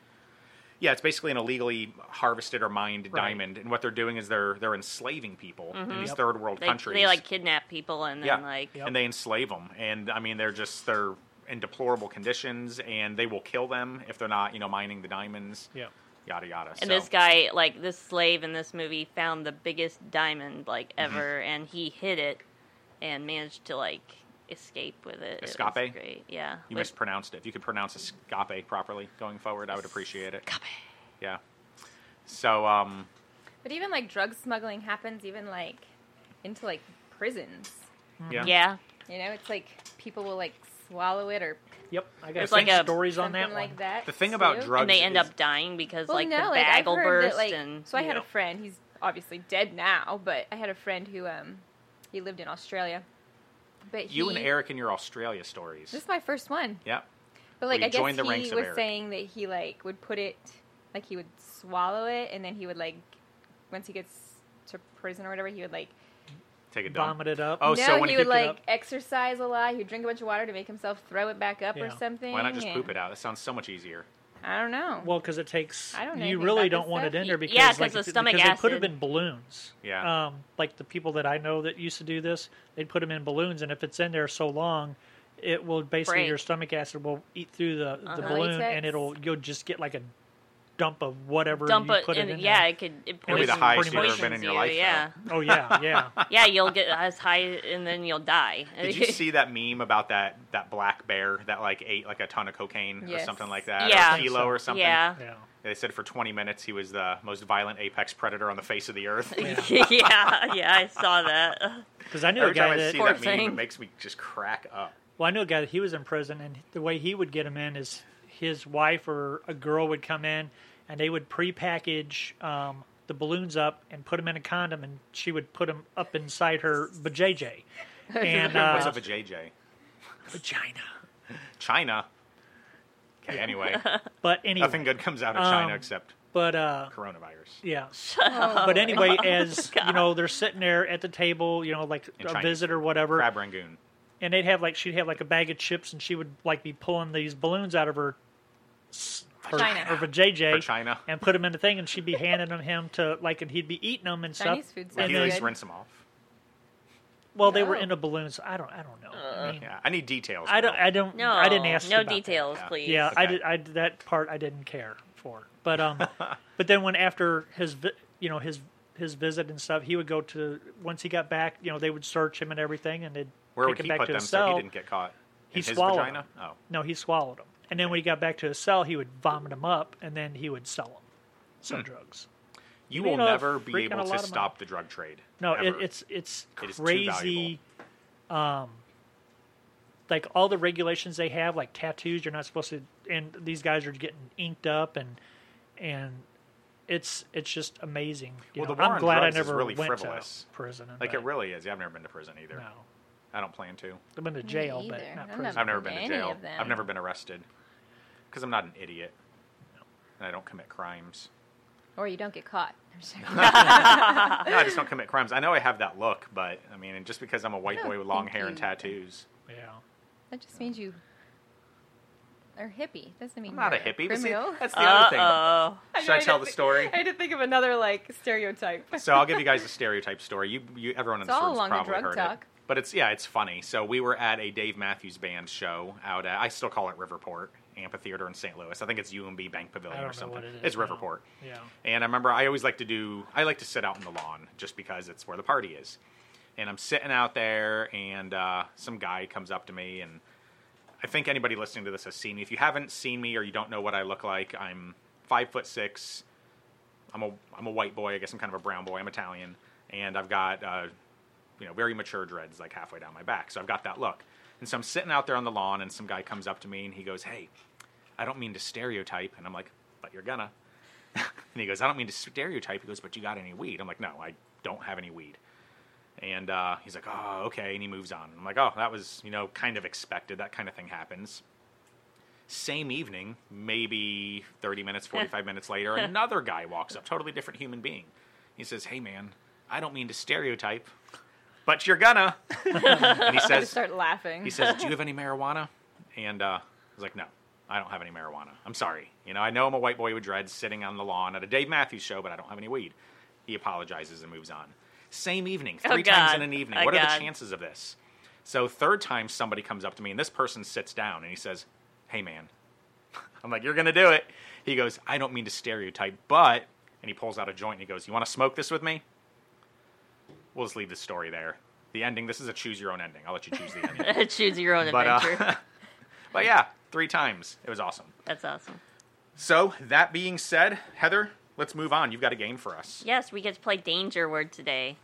[SPEAKER 1] yeah, it's basically an illegally harvested or mined
[SPEAKER 3] Right.
[SPEAKER 1] diamond. And what they're doing is they're they're enslaving people in these
[SPEAKER 3] Yep.
[SPEAKER 1] third world
[SPEAKER 2] They,
[SPEAKER 1] countries.
[SPEAKER 2] they like kidnap people and then
[SPEAKER 1] yeah,
[SPEAKER 2] like
[SPEAKER 3] Yep.
[SPEAKER 1] and they enslave them. And I mean, they're just they're in deplorable conditions, and they will kill them if they're not you know mining the diamonds.
[SPEAKER 3] yeah.
[SPEAKER 1] Yada yada.
[SPEAKER 2] And
[SPEAKER 1] so.
[SPEAKER 2] this guy, like this slave in this movie, found the biggest diamond like
[SPEAKER 1] Mm-hmm.
[SPEAKER 2] ever, and he hid it and managed to like escape with it. It was
[SPEAKER 1] Escape?
[SPEAKER 2] great. Yeah.
[SPEAKER 1] You
[SPEAKER 2] Like,
[SPEAKER 1] mispronounced it. If you could pronounce escape properly going forward, I would appreciate it.
[SPEAKER 2] Escape.
[SPEAKER 1] Yeah. So, um,
[SPEAKER 4] But even like drug smuggling happens, even like into like prisons.
[SPEAKER 1] yeah.
[SPEAKER 2] Yeah.
[SPEAKER 4] You know, it's like people will like swallow it or
[SPEAKER 3] Yep, I got
[SPEAKER 2] There's
[SPEAKER 3] some
[SPEAKER 2] like a-
[SPEAKER 3] stories on
[SPEAKER 4] something
[SPEAKER 3] that
[SPEAKER 4] like
[SPEAKER 3] one.
[SPEAKER 4] that.
[SPEAKER 1] The thing about
[SPEAKER 4] too.
[SPEAKER 1] drug-
[SPEAKER 2] and they end
[SPEAKER 1] is-
[SPEAKER 2] up dying because
[SPEAKER 4] Well,
[SPEAKER 2] like
[SPEAKER 4] no,
[SPEAKER 2] the
[SPEAKER 4] like, I've
[SPEAKER 2] bag will
[SPEAKER 4] heard that,
[SPEAKER 2] burst
[SPEAKER 4] like-
[SPEAKER 2] and
[SPEAKER 4] so I had
[SPEAKER 1] Yeah.
[SPEAKER 4] a friend. He's obviously dead now, but I had a friend who um he lived in Australia. But
[SPEAKER 1] You and
[SPEAKER 4] he-
[SPEAKER 1] Eric and your Australia stories.
[SPEAKER 4] This is my first one.
[SPEAKER 1] yeah.
[SPEAKER 4] But
[SPEAKER 1] Well,
[SPEAKER 4] like
[SPEAKER 1] you
[SPEAKER 4] I guess
[SPEAKER 1] joined the ranks
[SPEAKER 4] he
[SPEAKER 1] of
[SPEAKER 4] was
[SPEAKER 1] Eric.
[SPEAKER 4] saying that he like would put it like he would swallow it and then he would like once he gets to prison or whatever he would like
[SPEAKER 1] Take a dump.
[SPEAKER 3] Vomit it up.
[SPEAKER 1] Oh,
[SPEAKER 4] no
[SPEAKER 1] so when
[SPEAKER 4] he
[SPEAKER 1] he
[SPEAKER 4] would
[SPEAKER 3] picked it
[SPEAKER 4] like
[SPEAKER 3] up-
[SPEAKER 4] exercise a lot he would drink a bunch of water to make himself throw it back up
[SPEAKER 3] Yeah.
[SPEAKER 4] or something
[SPEAKER 1] Why not just poop
[SPEAKER 4] and-
[SPEAKER 1] it out? That sounds so much easier.
[SPEAKER 4] I don't know
[SPEAKER 3] Well, because it takes.
[SPEAKER 4] I don't know
[SPEAKER 3] you
[SPEAKER 4] anything
[SPEAKER 3] really
[SPEAKER 4] about
[SPEAKER 3] don't
[SPEAKER 4] this
[SPEAKER 3] want it
[SPEAKER 4] stuff.
[SPEAKER 3] in there
[SPEAKER 2] Y-
[SPEAKER 3] because,
[SPEAKER 2] yeah, 'cause
[SPEAKER 3] like,
[SPEAKER 2] the
[SPEAKER 3] it-
[SPEAKER 2] stomach
[SPEAKER 3] because they put
[SPEAKER 2] acid.
[SPEAKER 3] them in balloons.
[SPEAKER 1] Yeah.
[SPEAKER 3] Um, like the people that I know that used to do this, they'd put them in balloons, and if it's in there so long, it will basically
[SPEAKER 2] Break.
[SPEAKER 3] your stomach acid will eat through the, the
[SPEAKER 2] Uh-huh.
[SPEAKER 3] balloon,
[SPEAKER 4] Latex.
[SPEAKER 3] and it'll you'll just get like a dump of whatever
[SPEAKER 2] dump
[SPEAKER 3] you
[SPEAKER 2] it.
[SPEAKER 3] put
[SPEAKER 2] And
[SPEAKER 3] it in.
[SPEAKER 2] yeah,
[SPEAKER 3] there.
[SPEAKER 2] it could. It
[SPEAKER 1] It'll be the
[SPEAKER 2] poisons-
[SPEAKER 1] highest you've ever
[SPEAKER 2] poisons
[SPEAKER 1] been in your
[SPEAKER 2] you,
[SPEAKER 1] life, though.
[SPEAKER 2] Yeah.
[SPEAKER 3] Oh yeah, yeah.
[SPEAKER 2] yeah, you'll get as high and then you'll die.
[SPEAKER 1] Did you see that meme about that that black bear that like ate like a ton of cocaine or
[SPEAKER 4] Yes.
[SPEAKER 1] something like that,
[SPEAKER 2] Yeah.
[SPEAKER 1] or a kilo or something?
[SPEAKER 2] Yeah.
[SPEAKER 3] yeah.
[SPEAKER 1] They said for 20 minutes he was the most violent apex predator on the face of the earth.
[SPEAKER 2] yeah, yeah, I saw that.
[SPEAKER 3] Because I knew
[SPEAKER 1] Every
[SPEAKER 3] a guy
[SPEAKER 1] time I
[SPEAKER 3] that
[SPEAKER 1] see
[SPEAKER 2] Poor
[SPEAKER 1] that meme, it
[SPEAKER 2] thing.
[SPEAKER 1] makes me just crack up.
[SPEAKER 3] Well, I knew a guy that he was in prison, and the way he would get him in is his wife or a girl would come in, and they would prepackage um, the balloons up and put them in a condom, and she would put them up inside her vajayjay and
[SPEAKER 1] What's
[SPEAKER 3] uh,
[SPEAKER 1] up with JJ?
[SPEAKER 3] vagina.
[SPEAKER 1] China. Okay, anyway,
[SPEAKER 3] But anyway,
[SPEAKER 1] nothing good comes out of China
[SPEAKER 3] Um,
[SPEAKER 1] except
[SPEAKER 3] but uh,
[SPEAKER 1] coronavirus.
[SPEAKER 3] yeah.
[SPEAKER 4] Oh,
[SPEAKER 3] But anyway, as you know, they're sitting there at the table, you know, like
[SPEAKER 1] In
[SPEAKER 3] a
[SPEAKER 1] Chinese
[SPEAKER 3] visit or whatever,
[SPEAKER 1] Crab Rangoon.
[SPEAKER 3] and they'd have like she'd have like a bag of chips, and she would like be pulling these balloons out of her s- her,
[SPEAKER 4] Vagina.
[SPEAKER 3] her vajayjay,
[SPEAKER 1] Her China.
[SPEAKER 3] and put them in the thing, and she'd be handing them him to like, and he'd be eating them and stuff.
[SPEAKER 4] Chinese food's
[SPEAKER 1] Would
[SPEAKER 4] not
[SPEAKER 3] and
[SPEAKER 1] you at
[SPEAKER 3] then,
[SPEAKER 1] least
[SPEAKER 4] good.
[SPEAKER 1] rinse them off?
[SPEAKER 3] well, they were
[SPEAKER 4] No.
[SPEAKER 3] in a balloon, so I don't, I don't know. I, mean,
[SPEAKER 1] Yeah, I need details.
[SPEAKER 3] Mm. I don't,
[SPEAKER 1] though.
[SPEAKER 3] I don't,
[SPEAKER 2] No,
[SPEAKER 3] I didn't ask.
[SPEAKER 2] no
[SPEAKER 3] about that.
[SPEAKER 2] details,
[SPEAKER 1] Yeah.
[SPEAKER 2] please.
[SPEAKER 3] Yeah, I
[SPEAKER 1] Okay.
[SPEAKER 3] did. I that part I didn't care for. But um, but then when after his vi- you know his his visit and stuff, he would go to once he got back, you know, they would search him and everything, and they'd
[SPEAKER 1] Where
[SPEAKER 3] take
[SPEAKER 1] would
[SPEAKER 3] him
[SPEAKER 1] he
[SPEAKER 3] back
[SPEAKER 1] put
[SPEAKER 3] to
[SPEAKER 1] them
[SPEAKER 3] his
[SPEAKER 1] so
[SPEAKER 3] cell.
[SPEAKER 1] he didn't get caught?
[SPEAKER 3] He
[SPEAKER 1] in his
[SPEAKER 3] swallowed
[SPEAKER 1] vagina.
[SPEAKER 3] them.
[SPEAKER 1] Oh,
[SPEAKER 3] No, he swallowed him, and then when he got back to his cell, he would vomit him up, and then he would sell him
[SPEAKER 1] Hmm.
[SPEAKER 3] some drugs.
[SPEAKER 1] you
[SPEAKER 3] made
[SPEAKER 1] will
[SPEAKER 3] a
[SPEAKER 1] never be
[SPEAKER 3] freaking
[SPEAKER 1] able
[SPEAKER 3] a lot
[SPEAKER 1] to
[SPEAKER 3] of
[SPEAKER 1] stop
[SPEAKER 3] money.
[SPEAKER 1] the drug trade.
[SPEAKER 3] No, it,
[SPEAKER 1] ever.
[SPEAKER 3] it's it's
[SPEAKER 1] It is too
[SPEAKER 3] crazy. um, like all the regulations they have, like tattoos, you're not supposed to. And these guys are getting inked up, and and it's it's just amazing. You
[SPEAKER 1] Well,
[SPEAKER 3] know,
[SPEAKER 1] the war
[SPEAKER 3] I'm
[SPEAKER 1] on
[SPEAKER 3] glad I
[SPEAKER 1] drugs is
[SPEAKER 3] never
[SPEAKER 1] really
[SPEAKER 3] went
[SPEAKER 1] frivolous.
[SPEAKER 3] to prison. And
[SPEAKER 1] like
[SPEAKER 3] back.
[SPEAKER 1] it really is. Yeah, I've never been to prison either.
[SPEAKER 3] No,
[SPEAKER 1] I don't plan to.
[SPEAKER 3] I've been to
[SPEAKER 4] Me
[SPEAKER 3] jail, but
[SPEAKER 4] either.
[SPEAKER 3] not
[SPEAKER 4] I'm
[SPEAKER 3] prison.
[SPEAKER 1] I've never been to
[SPEAKER 4] Any
[SPEAKER 1] jail.
[SPEAKER 4] of them.
[SPEAKER 1] I've never been arrested because I'm not an idiot and I don't commit crimes.
[SPEAKER 4] or you don't get caught I'm just joking.
[SPEAKER 1] No, I just don't commit crimes. I know I have that look, but I mean, and just because I'm a white
[SPEAKER 4] I
[SPEAKER 1] boy
[SPEAKER 4] don't
[SPEAKER 1] with long
[SPEAKER 4] think
[SPEAKER 1] hair and
[SPEAKER 4] you-
[SPEAKER 1] tattoos,
[SPEAKER 3] Yeah,
[SPEAKER 4] that just means you are hippie doesn't mean
[SPEAKER 1] I'm not a
[SPEAKER 4] you're
[SPEAKER 1] hippie. But see,
[SPEAKER 4] criminal.
[SPEAKER 1] that's the other thing.
[SPEAKER 2] Uh oh.
[SPEAKER 1] Should I tell the story?
[SPEAKER 4] I had to think of another like stereotype.
[SPEAKER 1] so I'll give you guys a stereotype story. You, you everyone in
[SPEAKER 4] It's
[SPEAKER 1] this
[SPEAKER 4] all
[SPEAKER 1] room's
[SPEAKER 4] along the
[SPEAKER 1] probably
[SPEAKER 4] drug
[SPEAKER 1] heard
[SPEAKER 4] talk.
[SPEAKER 1] it, but it's yeah, it's funny. So we were at a Dave Matthews Band show out at I still call it Riverport Amphitheater in St. Louis. I think it's UMB Bank
[SPEAKER 3] I
[SPEAKER 1] Pavilion
[SPEAKER 3] don't
[SPEAKER 1] or
[SPEAKER 3] know
[SPEAKER 1] something.
[SPEAKER 3] what it is.
[SPEAKER 1] it's
[SPEAKER 3] now.
[SPEAKER 1] Riverport.
[SPEAKER 3] Yeah,
[SPEAKER 1] And I remember I always like to do, I like to sit out in the lawn just because it's where the party is. And I'm sitting out there, and uh, some guy comes up to me. And I think anybody listening to this has seen me. If you haven't seen me or you don't know what I look like, I'm five foot six. I'm a I'm a white boy. I guess I'm kind of a brown boy. I'm Italian, and I've got uh, you know very mature dreads like halfway down my back. So I've got that look. And so I'm sitting out there on the lawn, and some guy comes up to me and he goes, "Hey, I don't mean to stereotype," and I'm like, "But you're gonna." and he goes, "I don't mean to stereotype." He goes, "But you got any weed?" I'm like, "No, I don't have any weed." And uh, he's like, "Oh, okay," and he moves on. I'm like, "Oh, that was you know kind of expected. That kind of thing happens." Same evening, maybe 30 minutes, 45 minutes later, another guy walks up, totally different human being. He says, "Hey, man, I don't mean to stereotype, but you're gonna." and he
[SPEAKER 4] I
[SPEAKER 1] says,
[SPEAKER 4] just start laughing.
[SPEAKER 1] he says, "Do you have any marijuana?" And uh, I was like, "No, I don't have any marijuana. I'm sorry. You know, I know I'm a white boy with dreads sitting on the lawn at a Dave Matthews show, but I don't have any weed." He apologizes and moves on. Same evening,
[SPEAKER 2] Oh,
[SPEAKER 1] three times
[SPEAKER 2] God.
[SPEAKER 1] in an evening.
[SPEAKER 2] Oh,
[SPEAKER 1] what are
[SPEAKER 2] God.
[SPEAKER 1] the chances of this? So third time, somebody comes up to me, and this person sits down, and he says, "Hey, man." I'm like, "You're gonna do it." He goes, "I don't mean to stereotype, but," and he pulls out a joint and he goes, "You want to smoke this with me?" We'll just leave the story there. The ending. This is a choose your own ending. I'll let you choose the ending.
[SPEAKER 2] Choose your own
[SPEAKER 1] But, uh,
[SPEAKER 2] adventure.
[SPEAKER 1] But yeah, three times. It was awesome.
[SPEAKER 2] That's awesome.
[SPEAKER 1] So, that being said, Heather, let's move on. You've got a game for us.
[SPEAKER 2] Yes, we get to play Danger Word today.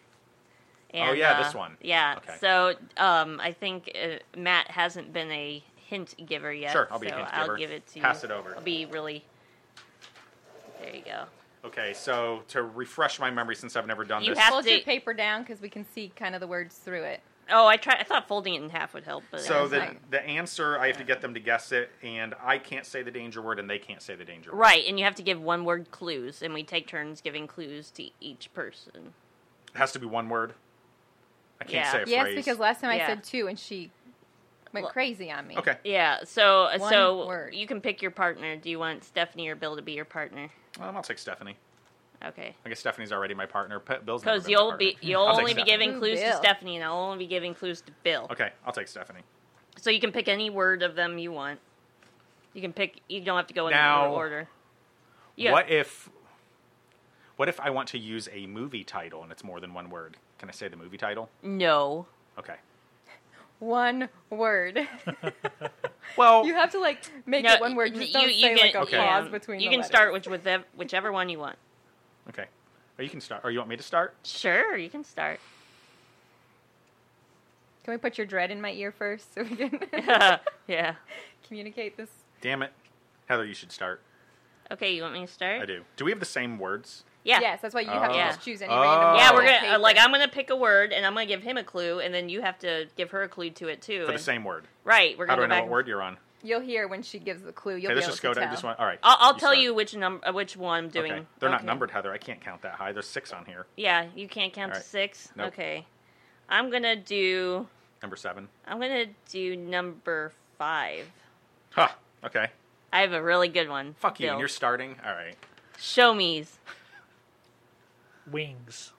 [SPEAKER 1] Oh,
[SPEAKER 2] uh,
[SPEAKER 1] yeah, this one.
[SPEAKER 2] Yeah.
[SPEAKER 1] Okay.
[SPEAKER 2] So um, I think uh, Matt hasn't been a hint giver yet.
[SPEAKER 1] Sure, I'll be a
[SPEAKER 2] so
[SPEAKER 1] hint
[SPEAKER 2] I'll
[SPEAKER 1] giver.
[SPEAKER 2] give it to you.
[SPEAKER 1] Pass it over.
[SPEAKER 2] I'll be really. There you go.
[SPEAKER 1] Okay, so to refresh my memory since I've never done
[SPEAKER 2] You
[SPEAKER 1] this.
[SPEAKER 2] have-
[SPEAKER 4] Fold your
[SPEAKER 2] Update.
[SPEAKER 4] paper down because we can see kind of the words through it.
[SPEAKER 2] Oh, I tried. I thought folding it in half would help, but
[SPEAKER 1] so the
[SPEAKER 4] Right.
[SPEAKER 1] the answer I have to get them to guess it and I can't say the danger word and they can't say the danger word.
[SPEAKER 2] right, and you have to give one word clues, and we take turns giving clues to each person.
[SPEAKER 1] It has to be one word. I can't
[SPEAKER 2] Yeah.
[SPEAKER 1] say a
[SPEAKER 4] yes,
[SPEAKER 1] phrase.
[SPEAKER 4] because last time
[SPEAKER 2] Yeah.
[SPEAKER 4] I said two, and she went
[SPEAKER 2] Well-
[SPEAKER 4] crazy on me.
[SPEAKER 1] Okay.
[SPEAKER 2] Yeah. So uh,
[SPEAKER 4] One
[SPEAKER 2] so
[SPEAKER 4] word.
[SPEAKER 2] you can pick your partner. Do you want Stephanie or Bill to be your partner?
[SPEAKER 1] Um, I'll take Stephanie.
[SPEAKER 2] Okay.
[SPEAKER 1] I guess Stephanie's already my partner. P- Bill's never
[SPEAKER 2] Because
[SPEAKER 1] been my
[SPEAKER 2] you'll
[SPEAKER 1] partner.
[SPEAKER 2] be you'll
[SPEAKER 1] I'll take
[SPEAKER 2] only be
[SPEAKER 1] Stephanie.
[SPEAKER 2] giving
[SPEAKER 4] Ooh,
[SPEAKER 2] clues to
[SPEAKER 4] Bill.
[SPEAKER 2] Stephanie, and I'll only be giving clues to Bill.
[SPEAKER 1] Okay, I'll take Stephanie.
[SPEAKER 2] So you can pick any word of them you want. You can pick. You don't have to go in
[SPEAKER 1] Now-
[SPEAKER 2] any order. Yeah.
[SPEAKER 1] What if What if I want to use a movie title and it's more than one word? Can I say the movie title?
[SPEAKER 2] No.
[SPEAKER 1] Okay.
[SPEAKER 4] One word.
[SPEAKER 1] Well,
[SPEAKER 4] you have to like make
[SPEAKER 2] No,
[SPEAKER 4] it one word.
[SPEAKER 2] y-
[SPEAKER 4] Just don't say like a
[SPEAKER 1] Okay.
[SPEAKER 2] yeah.
[SPEAKER 4] pause between.
[SPEAKER 2] You
[SPEAKER 4] the
[SPEAKER 2] can start
[SPEAKER 4] letters.
[SPEAKER 2] with whichever, whichever one you want.
[SPEAKER 1] okay. Or you can start. Or you want me to start?
[SPEAKER 2] Sure, you can start.
[SPEAKER 4] Can we put your dread in my ear first so we can
[SPEAKER 2] yeah.
[SPEAKER 4] communicate this?
[SPEAKER 1] Damn it, Heather, you should start.
[SPEAKER 2] Okay, you want me to start?
[SPEAKER 1] I do. Do we have the same words?
[SPEAKER 2] Yeah.
[SPEAKER 4] Yes, that's why you have to
[SPEAKER 1] Oh.
[SPEAKER 4] just choose any
[SPEAKER 1] Oh.
[SPEAKER 4] random.
[SPEAKER 2] Yeah,
[SPEAKER 4] word
[SPEAKER 2] we're
[SPEAKER 4] on
[SPEAKER 2] gonna uh,
[SPEAKER 4] paper.
[SPEAKER 2] like I'm gonna pick a word and I'm gonna give him a clue and then you have to give her a clue to it too.
[SPEAKER 1] For the
[SPEAKER 2] and-
[SPEAKER 1] same word.
[SPEAKER 2] Right. We're
[SPEAKER 1] How
[SPEAKER 2] gonna
[SPEAKER 1] do I
[SPEAKER 2] go
[SPEAKER 1] know
[SPEAKER 2] back
[SPEAKER 1] what word you're on?
[SPEAKER 4] You'll hear when she gives the clue.
[SPEAKER 1] Okay,
[SPEAKER 4] You'll be
[SPEAKER 1] let's
[SPEAKER 4] able
[SPEAKER 1] just
[SPEAKER 4] to
[SPEAKER 1] go
[SPEAKER 4] tell.
[SPEAKER 1] to this one. All right.
[SPEAKER 2] I'll, I'll tell
[SPEAKER 1] start.
[SPEAKER 2] you which number, which one I'm doing.
[SPEAKER 1] Okay. They're not
[SPEAKER 2] Okay.
[SPEAKER 1] numbered, Heather. I can't count that high. There's six on here.
[SPEAKER 2] Yeah, you can't count
[SPEAKER 1] All
[SPEAKER 2] to
[SPEAKER 1] right.
[SPEAKER 2] six.
[SPEAKER 1] Nope.
[SPEAKER 2] Okay, I'm gonna do.
[SPEAKER 1] Number seven.
[SPEAKER 2] I'm gonna do number five.
[SPEAKER 1] Huh. Okay.
[SPEAKER 2] I have a really good one.
[SPEAKER 1] Fuck you.
[SPEAKER 2] Bill.
[SPEAKER 1] And you're starting. All right.
[SPEAKER 2] show me's.
[SPEAKER 3] Wings.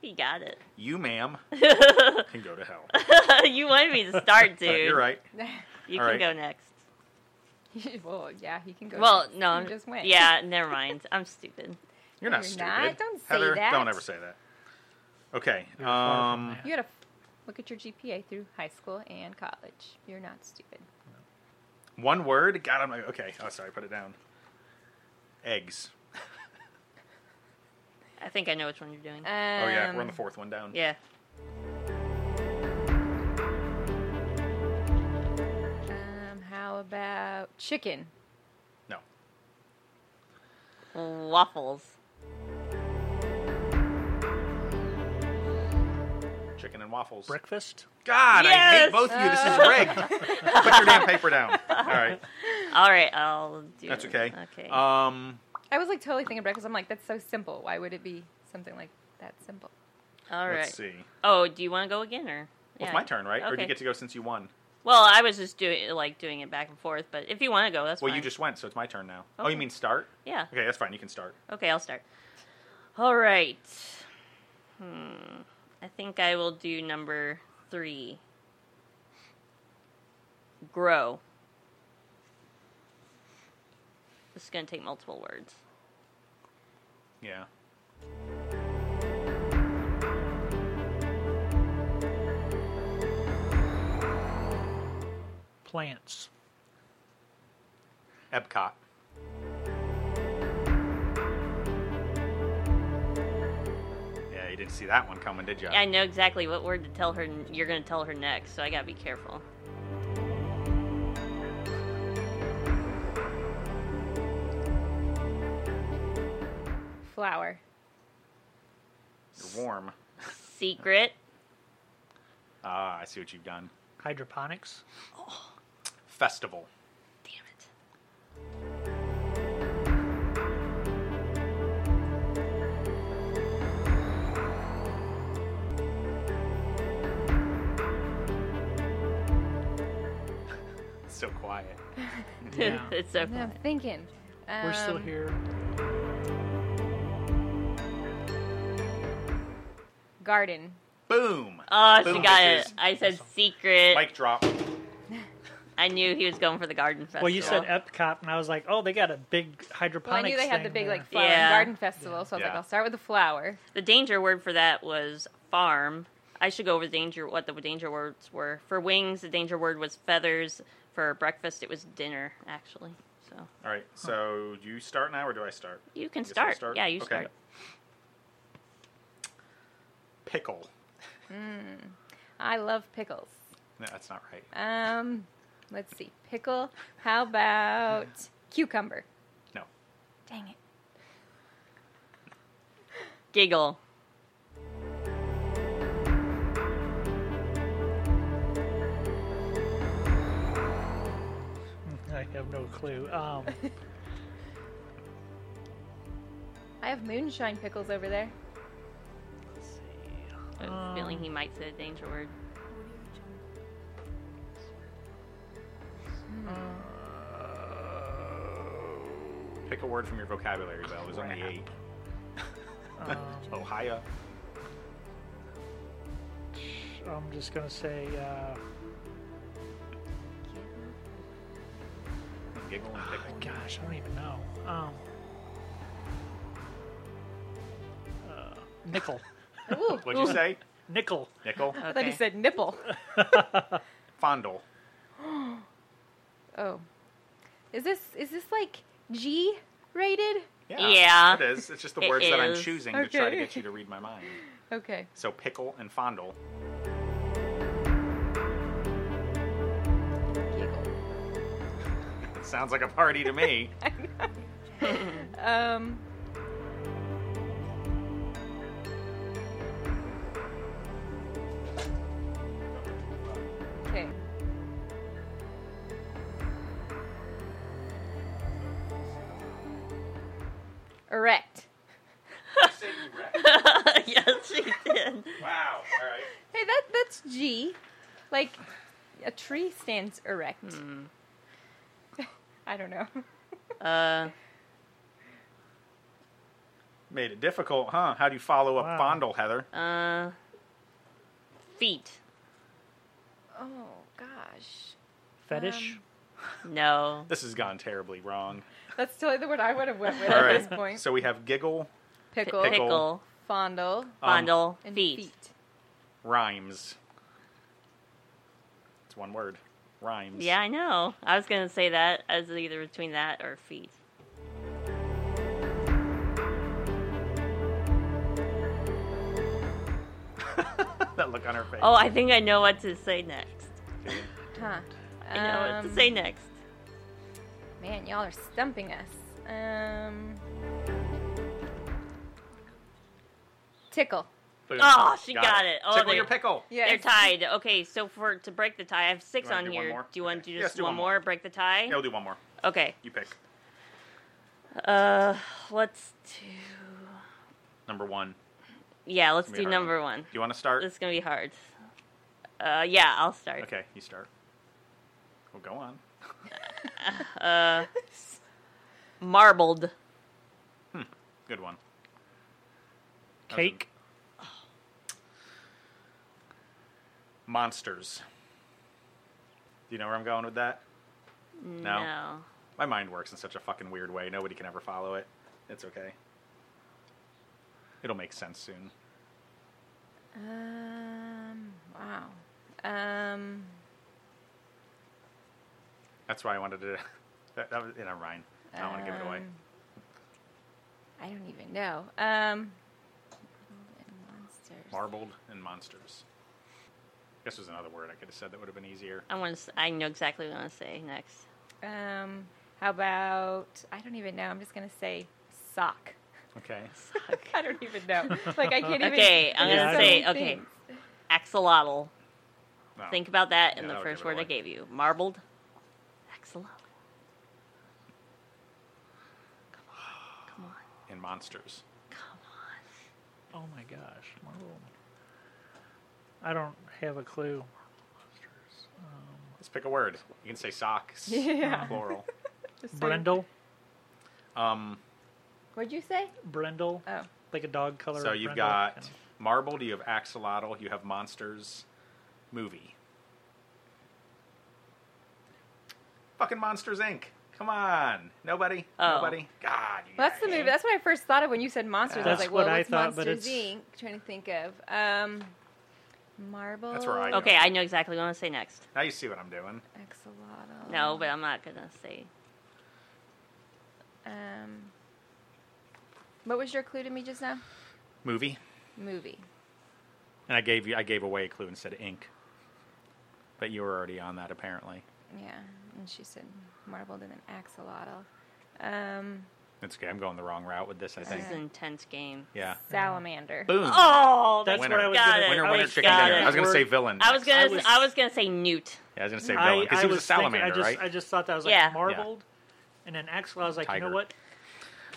[SPEAKER 2] He got it.
[SPEAKER 1] You, ma'am, can go to hell.
[SPEAKER 2] you wanted me to start, dude.
[SPEAKER 1] You're right.
[SPEAKER 2] You
[SPEAKER 1] All right.
[SPEAKER 2] can go next.
[SPEAKER 4] well, yeah, he can go.
[SPEAKER 2] Well,
[SPEAKER 4] next.
[SPEAKER 2] no,
[SPEAKER 4] You
[SPEAKER 2] I'm
[SPEAKER 4] just went.
[SPEAKER 2] Yeah, never mind. I'm stupid.
[SPEAKER 1] You're not
[SPEAKER 4] You're
[SPEAKER 1] stupid.
[SPEAKER 4] not. Don't say
[SPEAKER 1] Heather,
[SPEAKER 4] that.
[SPEAKER 1] don't ever say that. Okay.
[SPEAKER 3] You're far from
[SPEAKER 1] Um,
[SPEAKER 3] that.
[SPEAKER 4] You gotta f- look at your GPA through high school and college. You're not stupid.
[SPEAKER 1] one word. God, I'm like, okay. Oh, sorry. Put it down. Eggs.
[SPEAKER 2] I think I know which one you're doing.
[SPEAKER 4] Um,
[SPEAKER 1] oh yeah, we're on the fourth one down.
[SPEAKER 2] yeah.
[SPEAKER 4] Um, how about chicken?
[SPEAKER 1] No.
[SPEAKER 2] Waffles.
[SPEAKER 1] Chicken and waffles.
[SPEAKER 3] Breakfast.
[SPEAKER 1] God, I
[SPEAKER 2] Yes!
[SPEAKER 1] hate both of you. This is rigged. Put your damn paper down. All right,
[SPEAKER 2] All right, I'll do.
[SPEAKER 1] that's okay.
[SPEAKER 2] Okay.
[SPEAKER 1] Um,
[SPEAKER 4] I was like totally thinking breakfast. I'm like, that's so simple. Why would it be something like that simple?
[SPEAKER 2] All right.
[SPEAKER 1] let's see.
[SPEAKER 2] Oh, do you want to go again or?
[SPEAKER 1] Well,
[SPEAKER 2] Yeah.
[SPEAKER 1] it's my turn, right? Or do
[SPEAKER 2] Okay.
[SPEAKER 1] you get to go since you won?
[SPEAKER 2] Well, I was just doing like doing it back and forth, but if you want to go, that's
[SPEAKER 1] well,
[SPEAKER 2] fine.
[SPEAKER 1] you just went, so it's my turn now. Oh,
[SPEAKER 2] Okay.
[SPEAKER 1] you mean start?
[SPEAKER 2] yeah.
[SPEAKER 1] Okay, that's fine. You can start.
[SPEAKER 2] Okay, I'll start. All right. Hmm. I think I will do number three. Grow. This is going to take multiple words.
[SPEAKER 1] Yeah.
[SPEAKER 3] Plants.
[SPEAKER 1] Epcot. didn't see that one coming, did you?
[SPEAKER 2] I know exactly what word to tell her. You're going to tell her next, so I got to be careful.
[SPEAKER 4] Flower.
[SPEAKER 1] You're warm.
[SPEAKER 2] Secret.
[SPEAKER 1] Ah, I see what you've done.
[SPEAKER 3] Hydroponics.
[SPEAKER 1] Festival.
[SPEAKER 2] Damn it.
[SPEAKER 1] It's so quiet.
[SPEAKER 3] Yeah.
[SPEAKER 2] it's so
[SPEAKER 4] No, I'm thinking. Um,
[SPEAKER 3] We're still here.
[SPEAKER 4] Garden.
[SPEAKER 1] Boom.
[SPEAKER 2] Oh, she
[SPEAKER 1] Boom,
[SPEAKER 2] got
[SPEAKER 1] bitches.
[SPEAKER 2] it. I said secret.
[SPEAKER 1] Mic drop.
[SPEAKER 2] I knew he was going for the garden festival.
[SPEAKER 3] Well, you said Epcot, and I was like, oh, they got a big
[SPEAKER 4] Well, I
[SPEAKER 3] hydroponics.
[SPEAKER 4] knew they had the
[SPEAKER 3] thing
[SPEAKER 4] big
[SPEAKER 3] there.
[SPEAKER 4] like flower and
[SPEAKER 2] Yeah.
[SPEAKER 4] garden festival, so I was like,
[SPEAKER 1] Yeah.
[SPEAKER 4] I'll start with the flower.
[SPEAKER 2] the danger word for that was farm. I should go over the danger what the danger words were. For wings, the danger word was feathers. For breakfast, it was dinner actually. So
[SPEAKER 1] All right. So do you start now, or do I start?
[SPEAKER 2] you can
[SPEAKER 1] I guess I'll
[SPEAKER 2] start. Yeah, you
[SPEAKER 1] Okay.
[SPEAKER 2] start.
[SPEAKER 1] Pickle.
[SPEAKER 4] I love pickles.
[SPEAKER 1] No, that's not right.
[SPEAKER 4] Um, let's see, pickle. How about cucumber?
[SPEAKER 1] No.
[SPEAKER 4] Dang it.
[SPEAKER 2] Giggle.
[SPEAKER 3] I have no clue. Um,
[SPEAKER 4] I have moonshine pickles over there.
[SPEAKER 3] let's see.
[SPEAKER 2] I was
[SPEAKER 3] Um,
[SPEAKER 2] feeling he might say a danger word.
[SPEAKER 1] Pick a word from your vocabulary, Bell. There's only eight.
[SPEAKER 3] um,
[SPEAKER 1] Ohio.
[SPEAKER 3] I'm just gonna say uh,
[SPEAKER 1] Giggle and pickle.
[SPEAKER 2] Oh,
[SPEAKER 3] gosh, I don't even know. Um, uh, nickel,
[SPEAKER 4] Ooh,
[SPEAKER 1] What'd you say?
[SPEAKER 3] nickel.
[SPEAKER 1] Nickel.
[SPEAKER 4] I thought you said nipple.
[SPEAKER 1] Fondle.
[SPEAKER 4] Oh, is this is this like G rated?
[SPEAKER 1] Yeah,
[SPEAKER 2] Yeah.
[SPEAKER 1] It is. It's just the
[SPEAKER 2] It
[SPEAKER 1] words that I'm
[SPEAKER 2] is.
[SPEAKER 1] choosing to try to
[SPEAKER 4] Okay.
[SPEAKER 1] get you to read my mind.
[SPEAKER 4] Okay.
[SPEAKER 1] So pickle and fondle.
[SPEAKER 4] Giggle.
[SPEAKER 1] It sounds like a party to me.
[SPEAKER 4] Um. Okay. Erect.
[SPEAKER 2] yes, she did.
[SPEAKER 1] wow. All right.
[SPEAKER 4] Hey, that that's G. Like a tree stands erect. I don't know.
[SPEAKER 2] Uh,
[SPEAKER 1] Made it difficult, huh? How do you follow up
[SPEAKER 3] Wow.
[SPEAKER 1] fondle, Heather?
[SPEAKER 2] uh, feet.
[SPEAKER 4] Oh gosh.
[SPEAKER 3] Fetish.
[SPEAKER 4] Um,
[SPEAKER 2] No.
[SPEAKER 1] This has gone terribly wrong.
[SPEAKER 4] That's totally the word I would have went with
[SPEAKER 1] All
[SPEAKER 4] at this
[SPEAKER 1] right.
[SPEAKER 4] point.
[SPEAKER 1] So we have giggle,
[SPEAKER 4] Pickle,
[SPEAKER 1] pickle,
[SPEAKER 4] fondle,
[SPEAKER 2] fondle,
[SPEAKER 4] and
[SPEAKER 2] feet.
[SPEAKER 1] rhymes. It's one word. Rhymes.
[SPEAKER 2] Yeah, I know. I was gonna say that as either between that or feet.
[SPEAKER 1] that look on her face.
[SPEAKER 2] Oh, I think I know what to say next.
[SPEAKER 4] Huh.
[SPEAKER 2] I know what
[SPEAKER 4] Um,
[SPEAKER 2] to say next.
[SPEAKER 4] Man, y'all are stumping us. Um, tickle.
[SPEAKER 1] Boom.
[SPEAKER 2] Oh, she got
[SPEAKER 1] it.
[SPEAKER 2] it. Oh,
[SPEAKER 1] Tickle
[SPEAKER 2] they-
[SPEAKER 1] your pickle.
[SPEAKER 4] Yeah.
[SPEAKER 2] They're tied. Okay, so for to break the tie, I have six
[SPEAKER 1] You wanna
[SPEAKER 2] on
[SPEAKER 1] do one
[SPEAKER 2] here.
[SPEAKER 1] more?
[SPEAKER 2] Do you want to
[SPEAKER 1] Okay.
[SPEAKER 2] do
[SPEAKER 1] Yes,
[SPEAKER 2] just
[SPEAKER 1] do
[SPEAKER 2] one
[SPEAKER 1] one more.
[SPEAKER 2] more? Break the tie.
[SPEAKER 1] Yeah, we'll do one more.
[SPEAKER 2] Okay.
[SPEAKER 1] You pick.
[SPEAKER 2] Uh, let's do.
[SPEAKER 1] Number one.
[SPEAKER 2] Yeah, let's
[SPEAKER 1] Give me
[SPEAKER 2] do
[SPEAKER 1] another
[SPEAKER 2] number one.
[SPEAKER 1] Do you want to start?
[SPEAKER 2] This is gonna be hard. Uh, yeah, I'll start.
[SPEAKER 1] Okay, you start. Well, go on.
[SPEAKER 2] Uh, marbled.
[SPEAKER 1] Good one. That was a-
[SPEAKER 3] Cake.
[SPEAKER 1] Monsters. Do you know where I'm going with that? No. My mind works in such a fucking weird way. Nobody can ever follow it. It's okay. It'll make sense soon.
[SPEAKER 4] Um, wow. Um,
[SPEAKER 1] That's why I wanted to. That, that was in a rhyme. I don't want to give it away.
[SPEAKER 4] um, I don't even know. Um, and monsters. monsters.
[SPEAKER 1] Marbled and monsters. This was another word I could have said that would have been easier.
[SPEAKER 2] I want to. I know exactly what I want to say next.
[SPEAKER 4] Um, how about I don't even know. I'm just gonna say sock.
[SPEAKER 1] Okay.
[SPEAKER 4] I don't even know. Like I can't even.
[SPEAKER 2] Okay, I'm
[SPEAKER 4] there's
[SPEAKER 3] gonna
[SPEAKER 4] so
[SPEAKER 2] say,
[SPEAKER 4] many
[SPEAKER 2] okay.
[SPEAKER 4] things.
[SPEAKER 2] Axolotl.
[SPEAKER 1] No.
[SPEAKER 2] Think about that
[SPEAKER 1] Yeah,
[SPEAKER 2] in the
[SPEAKER 1] that'll
[SPEAKER 2] first
[SPEAKER 1] give it
[SPEAKER 2] word I
[SPEAKER 1] away.
[SPEAKER 2] gave you. Marbled. Axolotl. Come on. Come on.
[SPEAKER 1] In monsters.
[SPEAKER 2] Come on.
[SPEAKER 3] Oh my gosh. Marvel. I don't have a clue.
[SPEAKER 1] Let's pick a word. You can say socks.
[SPEAKER 4] Yeah.
[SPEAKER 1] Plural.
[SPEAKER 4] Just say-
[SPEAKER 3] Brindle.
[SPEAKER 1] Um,
[SPEAKER 4] What'd you say?
[SPEAKER 3] Brindle.
[SPEAKER 4] Oh,
[SPEAKER 3] Like a dog color.
[SPEAKER 1] so you've
[SPEAKER 3] brindle.
[SPEAKER 1] got marbled, you have axolotl, you have monsters, movie. Fucking Monsters Inc. Come on. Nobody?
[SPEAKER 2] Oh.
[SPEAKER 1] Nobody? God. you
[SPEAKER 4] well, that's the
[SPEAKER 1] guys.
[SPEAKER 4] movie. That's what I first thought of when you said monsters. I was
[SPEAKER 3] That's
[SPEAKER 4] like, well,
[SPEAKER 3] what I
[SPEAKER 4] what's
[SPEAKER 3] thought, but
[SPEAKER 4] Monsters
[SPEAKER 3] it's-
[SPEAKER 4] Inc. Trying to think of um, marble.
[SPEAKER 1] That's where I-
[SPEAKER 2] Okay, I know exactly what I want to say next.
[SPEAKER 1] Now you see what I'm doing.
[SPEAKER 4] Axolotl.
[SPEAKER 1] Oh.
[SPEAKER 2] No, but I'm not gonna say.
[SPEAKER 4] Um, what was your clue to me just now?
[SPEAKER 1] Movie.
[SPEAKER 4] Movie.
[SPEAKER 1] And I gave you I gave away a clue and said Inc. But you were already on that apparently.
[SPEAKER 4] Yeah, and she said marbled and then axolotl. Um,
[SPEAKER 1] It's okay. I'm going the wrong route with this, I
[SPEAKER 2] This
[SPEAKER 1] think.
[SPEAKER 2] is an intense game.
[SPEAKER 1] Yeah.
[SPEAKER 4] salamander.
[SPEAKER 1] Boom.
[SPEAKER 2] Oh,
[SPEAKER 3] That's
[SPEAKER 1] Winner.
[SPEAKER 3] what I was
[SPEAKER 2] Got
[SPEAKER 3] gonna.
[SPEAKER 2] it.
[SPEAKER 1] Winner,
[SPEAKER 3] I
[SPEAKER 1] winner,
[SPEAKER 3] was
[SPEAKER 1] chicken
[SPEAKER 2] got
[SPEAKER 1] dinner.
[SPEAKER 2] it.
[SPEAKER 1] I was going to say villain.
[SPEAKER 2] I was gonna.
[SPEAKER 3] I
[SPEAKER 2] I was,
[SPEAKER 3] was-
[SPEAKER 2] gonna say newt.
[SPEAKER 1] Yeah, I was going to say
[SPEAKER 3] I,
[SPEAKER 1] villain because
[SPEAKER 3] I
[SPEAKER 1] he was, a
[SPEAKER 3] thinking-
[SPEAKER 1] salamander,
[SPEAKER 3] I just,
[SPEAKER 1] right?
[SPEAKER 3] I just thought that was like
[SPEAKER 2] Yeah.
[SPEAKER 3] marbled, and then axolotl. I was like, you
[SPEAKER 1] Tiger.
[SPEAKER 3] know what?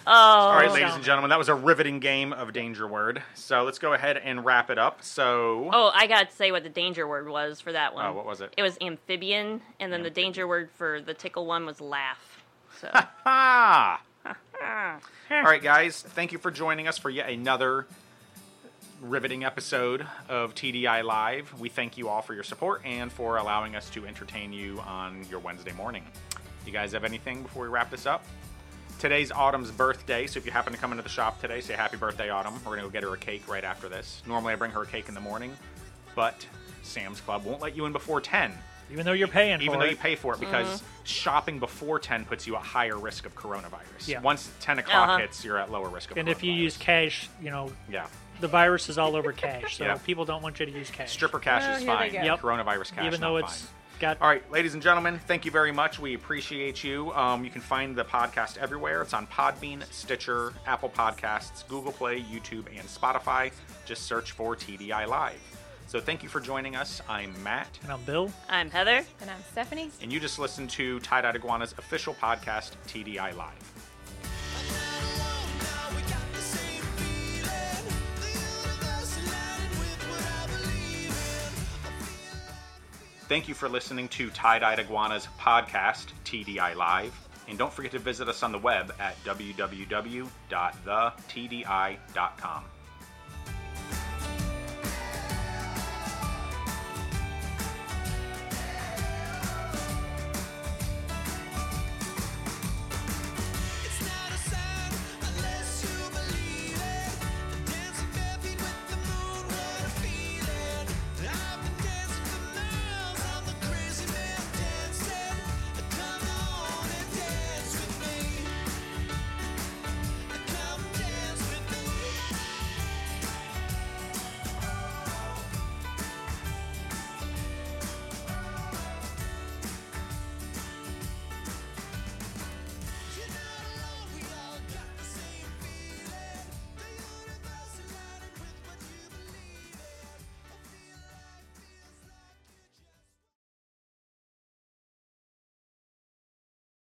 [SPEAKER 2] Oh,
[SPEAKER 1] All right,
[SPEAKER 3] Oh.
[SPEAKER 1] ladies and gentlemen, that was a riveting game of Danger Word. So let's go ahead and wrap it up. So,
[SPEAKER 2] oh, I got to say what the danger word was for that one.
[SPEAKER 1] Oh, what was it?
[SPEAKER 2] It was amphibian, and then the
[SPEAKER 1] Amphibian.
[SPEAKER 2] danger word for the tickle one was laugh. So
[SPEAKER 1] ha! Ah. All right, guys, thank you for joining us for yet another riveting episode of TDI Live. We thank you all for your support and for allowing us to entertain you on your Wednesday morning. You guys have anything before we wrap this up? Today's Autumn's birthday, so if you happen to come into the shop today, say happy birthday, Autumn. We're gonna go get her a cake right after this. Normally, I bring her a cake in the morning, but Sam's Club won't let you in before 10
[SPEAKER 3] Even though you're paying
[SPEAKER 1] even
[SPEAKER 3] for
[SPEAKER 1] though
[SPEAKER 3] it,
[SPEAKER 1] you pay for it because
[SPEAKER 4] Mm-hmm.
[SPEAKER 1] shopping before 10 puts you at higher risk of coronavirus
[SPEAKER 3] Yeah.
[SPEAKER 1] once 10 o'clock
[SPEAKER 2] Uh-huh.
[SPEAKER 1] hits you're at lower risk of
[SPEAKER 3] and if you
[SPEAKER 1] coronavirus.
[SPEAKER 3] use cash, you know
[SPEAKER 1] yeah
[SPEAKER 3] the virus is all over cash, so
[SPEAKER 1] Yeah.
[SPEAKER 3] people don't want you to use cash.
[SPEAKER 1] stripper cash
[SPEAKER 4] Oh,
[SPEAKER 1] is
[SPEAKER 4] here they
[SPEAKER 1] fine
[SPEAKER 4] go.
[SPEAKER 3] Yep.
[SPEAKER 1] coronavirus cash
[SPEAKER 3] even
[SPEAKER 1] not
[SPEAKER 3] though it's
[SPEAKER 1] fine.
[SPEAKER 3] got
[SPEAKER 1] All right, ladies and gentlemen, thank you very much. We appreciate you. Um, you can find the podcast everywhere. It's on Podbean, Stitcher, Apple Podcasts, Google Play, YouTube, and Spotify. Just search for TDI Live. So thank you for joining us. I'm Matt.
[SPEAKER 3] and I'm Bill.
[SPEAKER 2] I'm Heather.
[SPEAKER 4] And I'm Stephanie.
[SPEAKER 1] and you just listened to Tie Dot Iguana's official podcast, TDI Live.
[SPEAKER 5] Now we got the same feeling. The universe aligning with what I believe
[SPEAKER 1] Thank you for listening to Tie Dyed Iguana's podcast, TDI Live. And don't forget to visit us on the web at www.thetdi.com.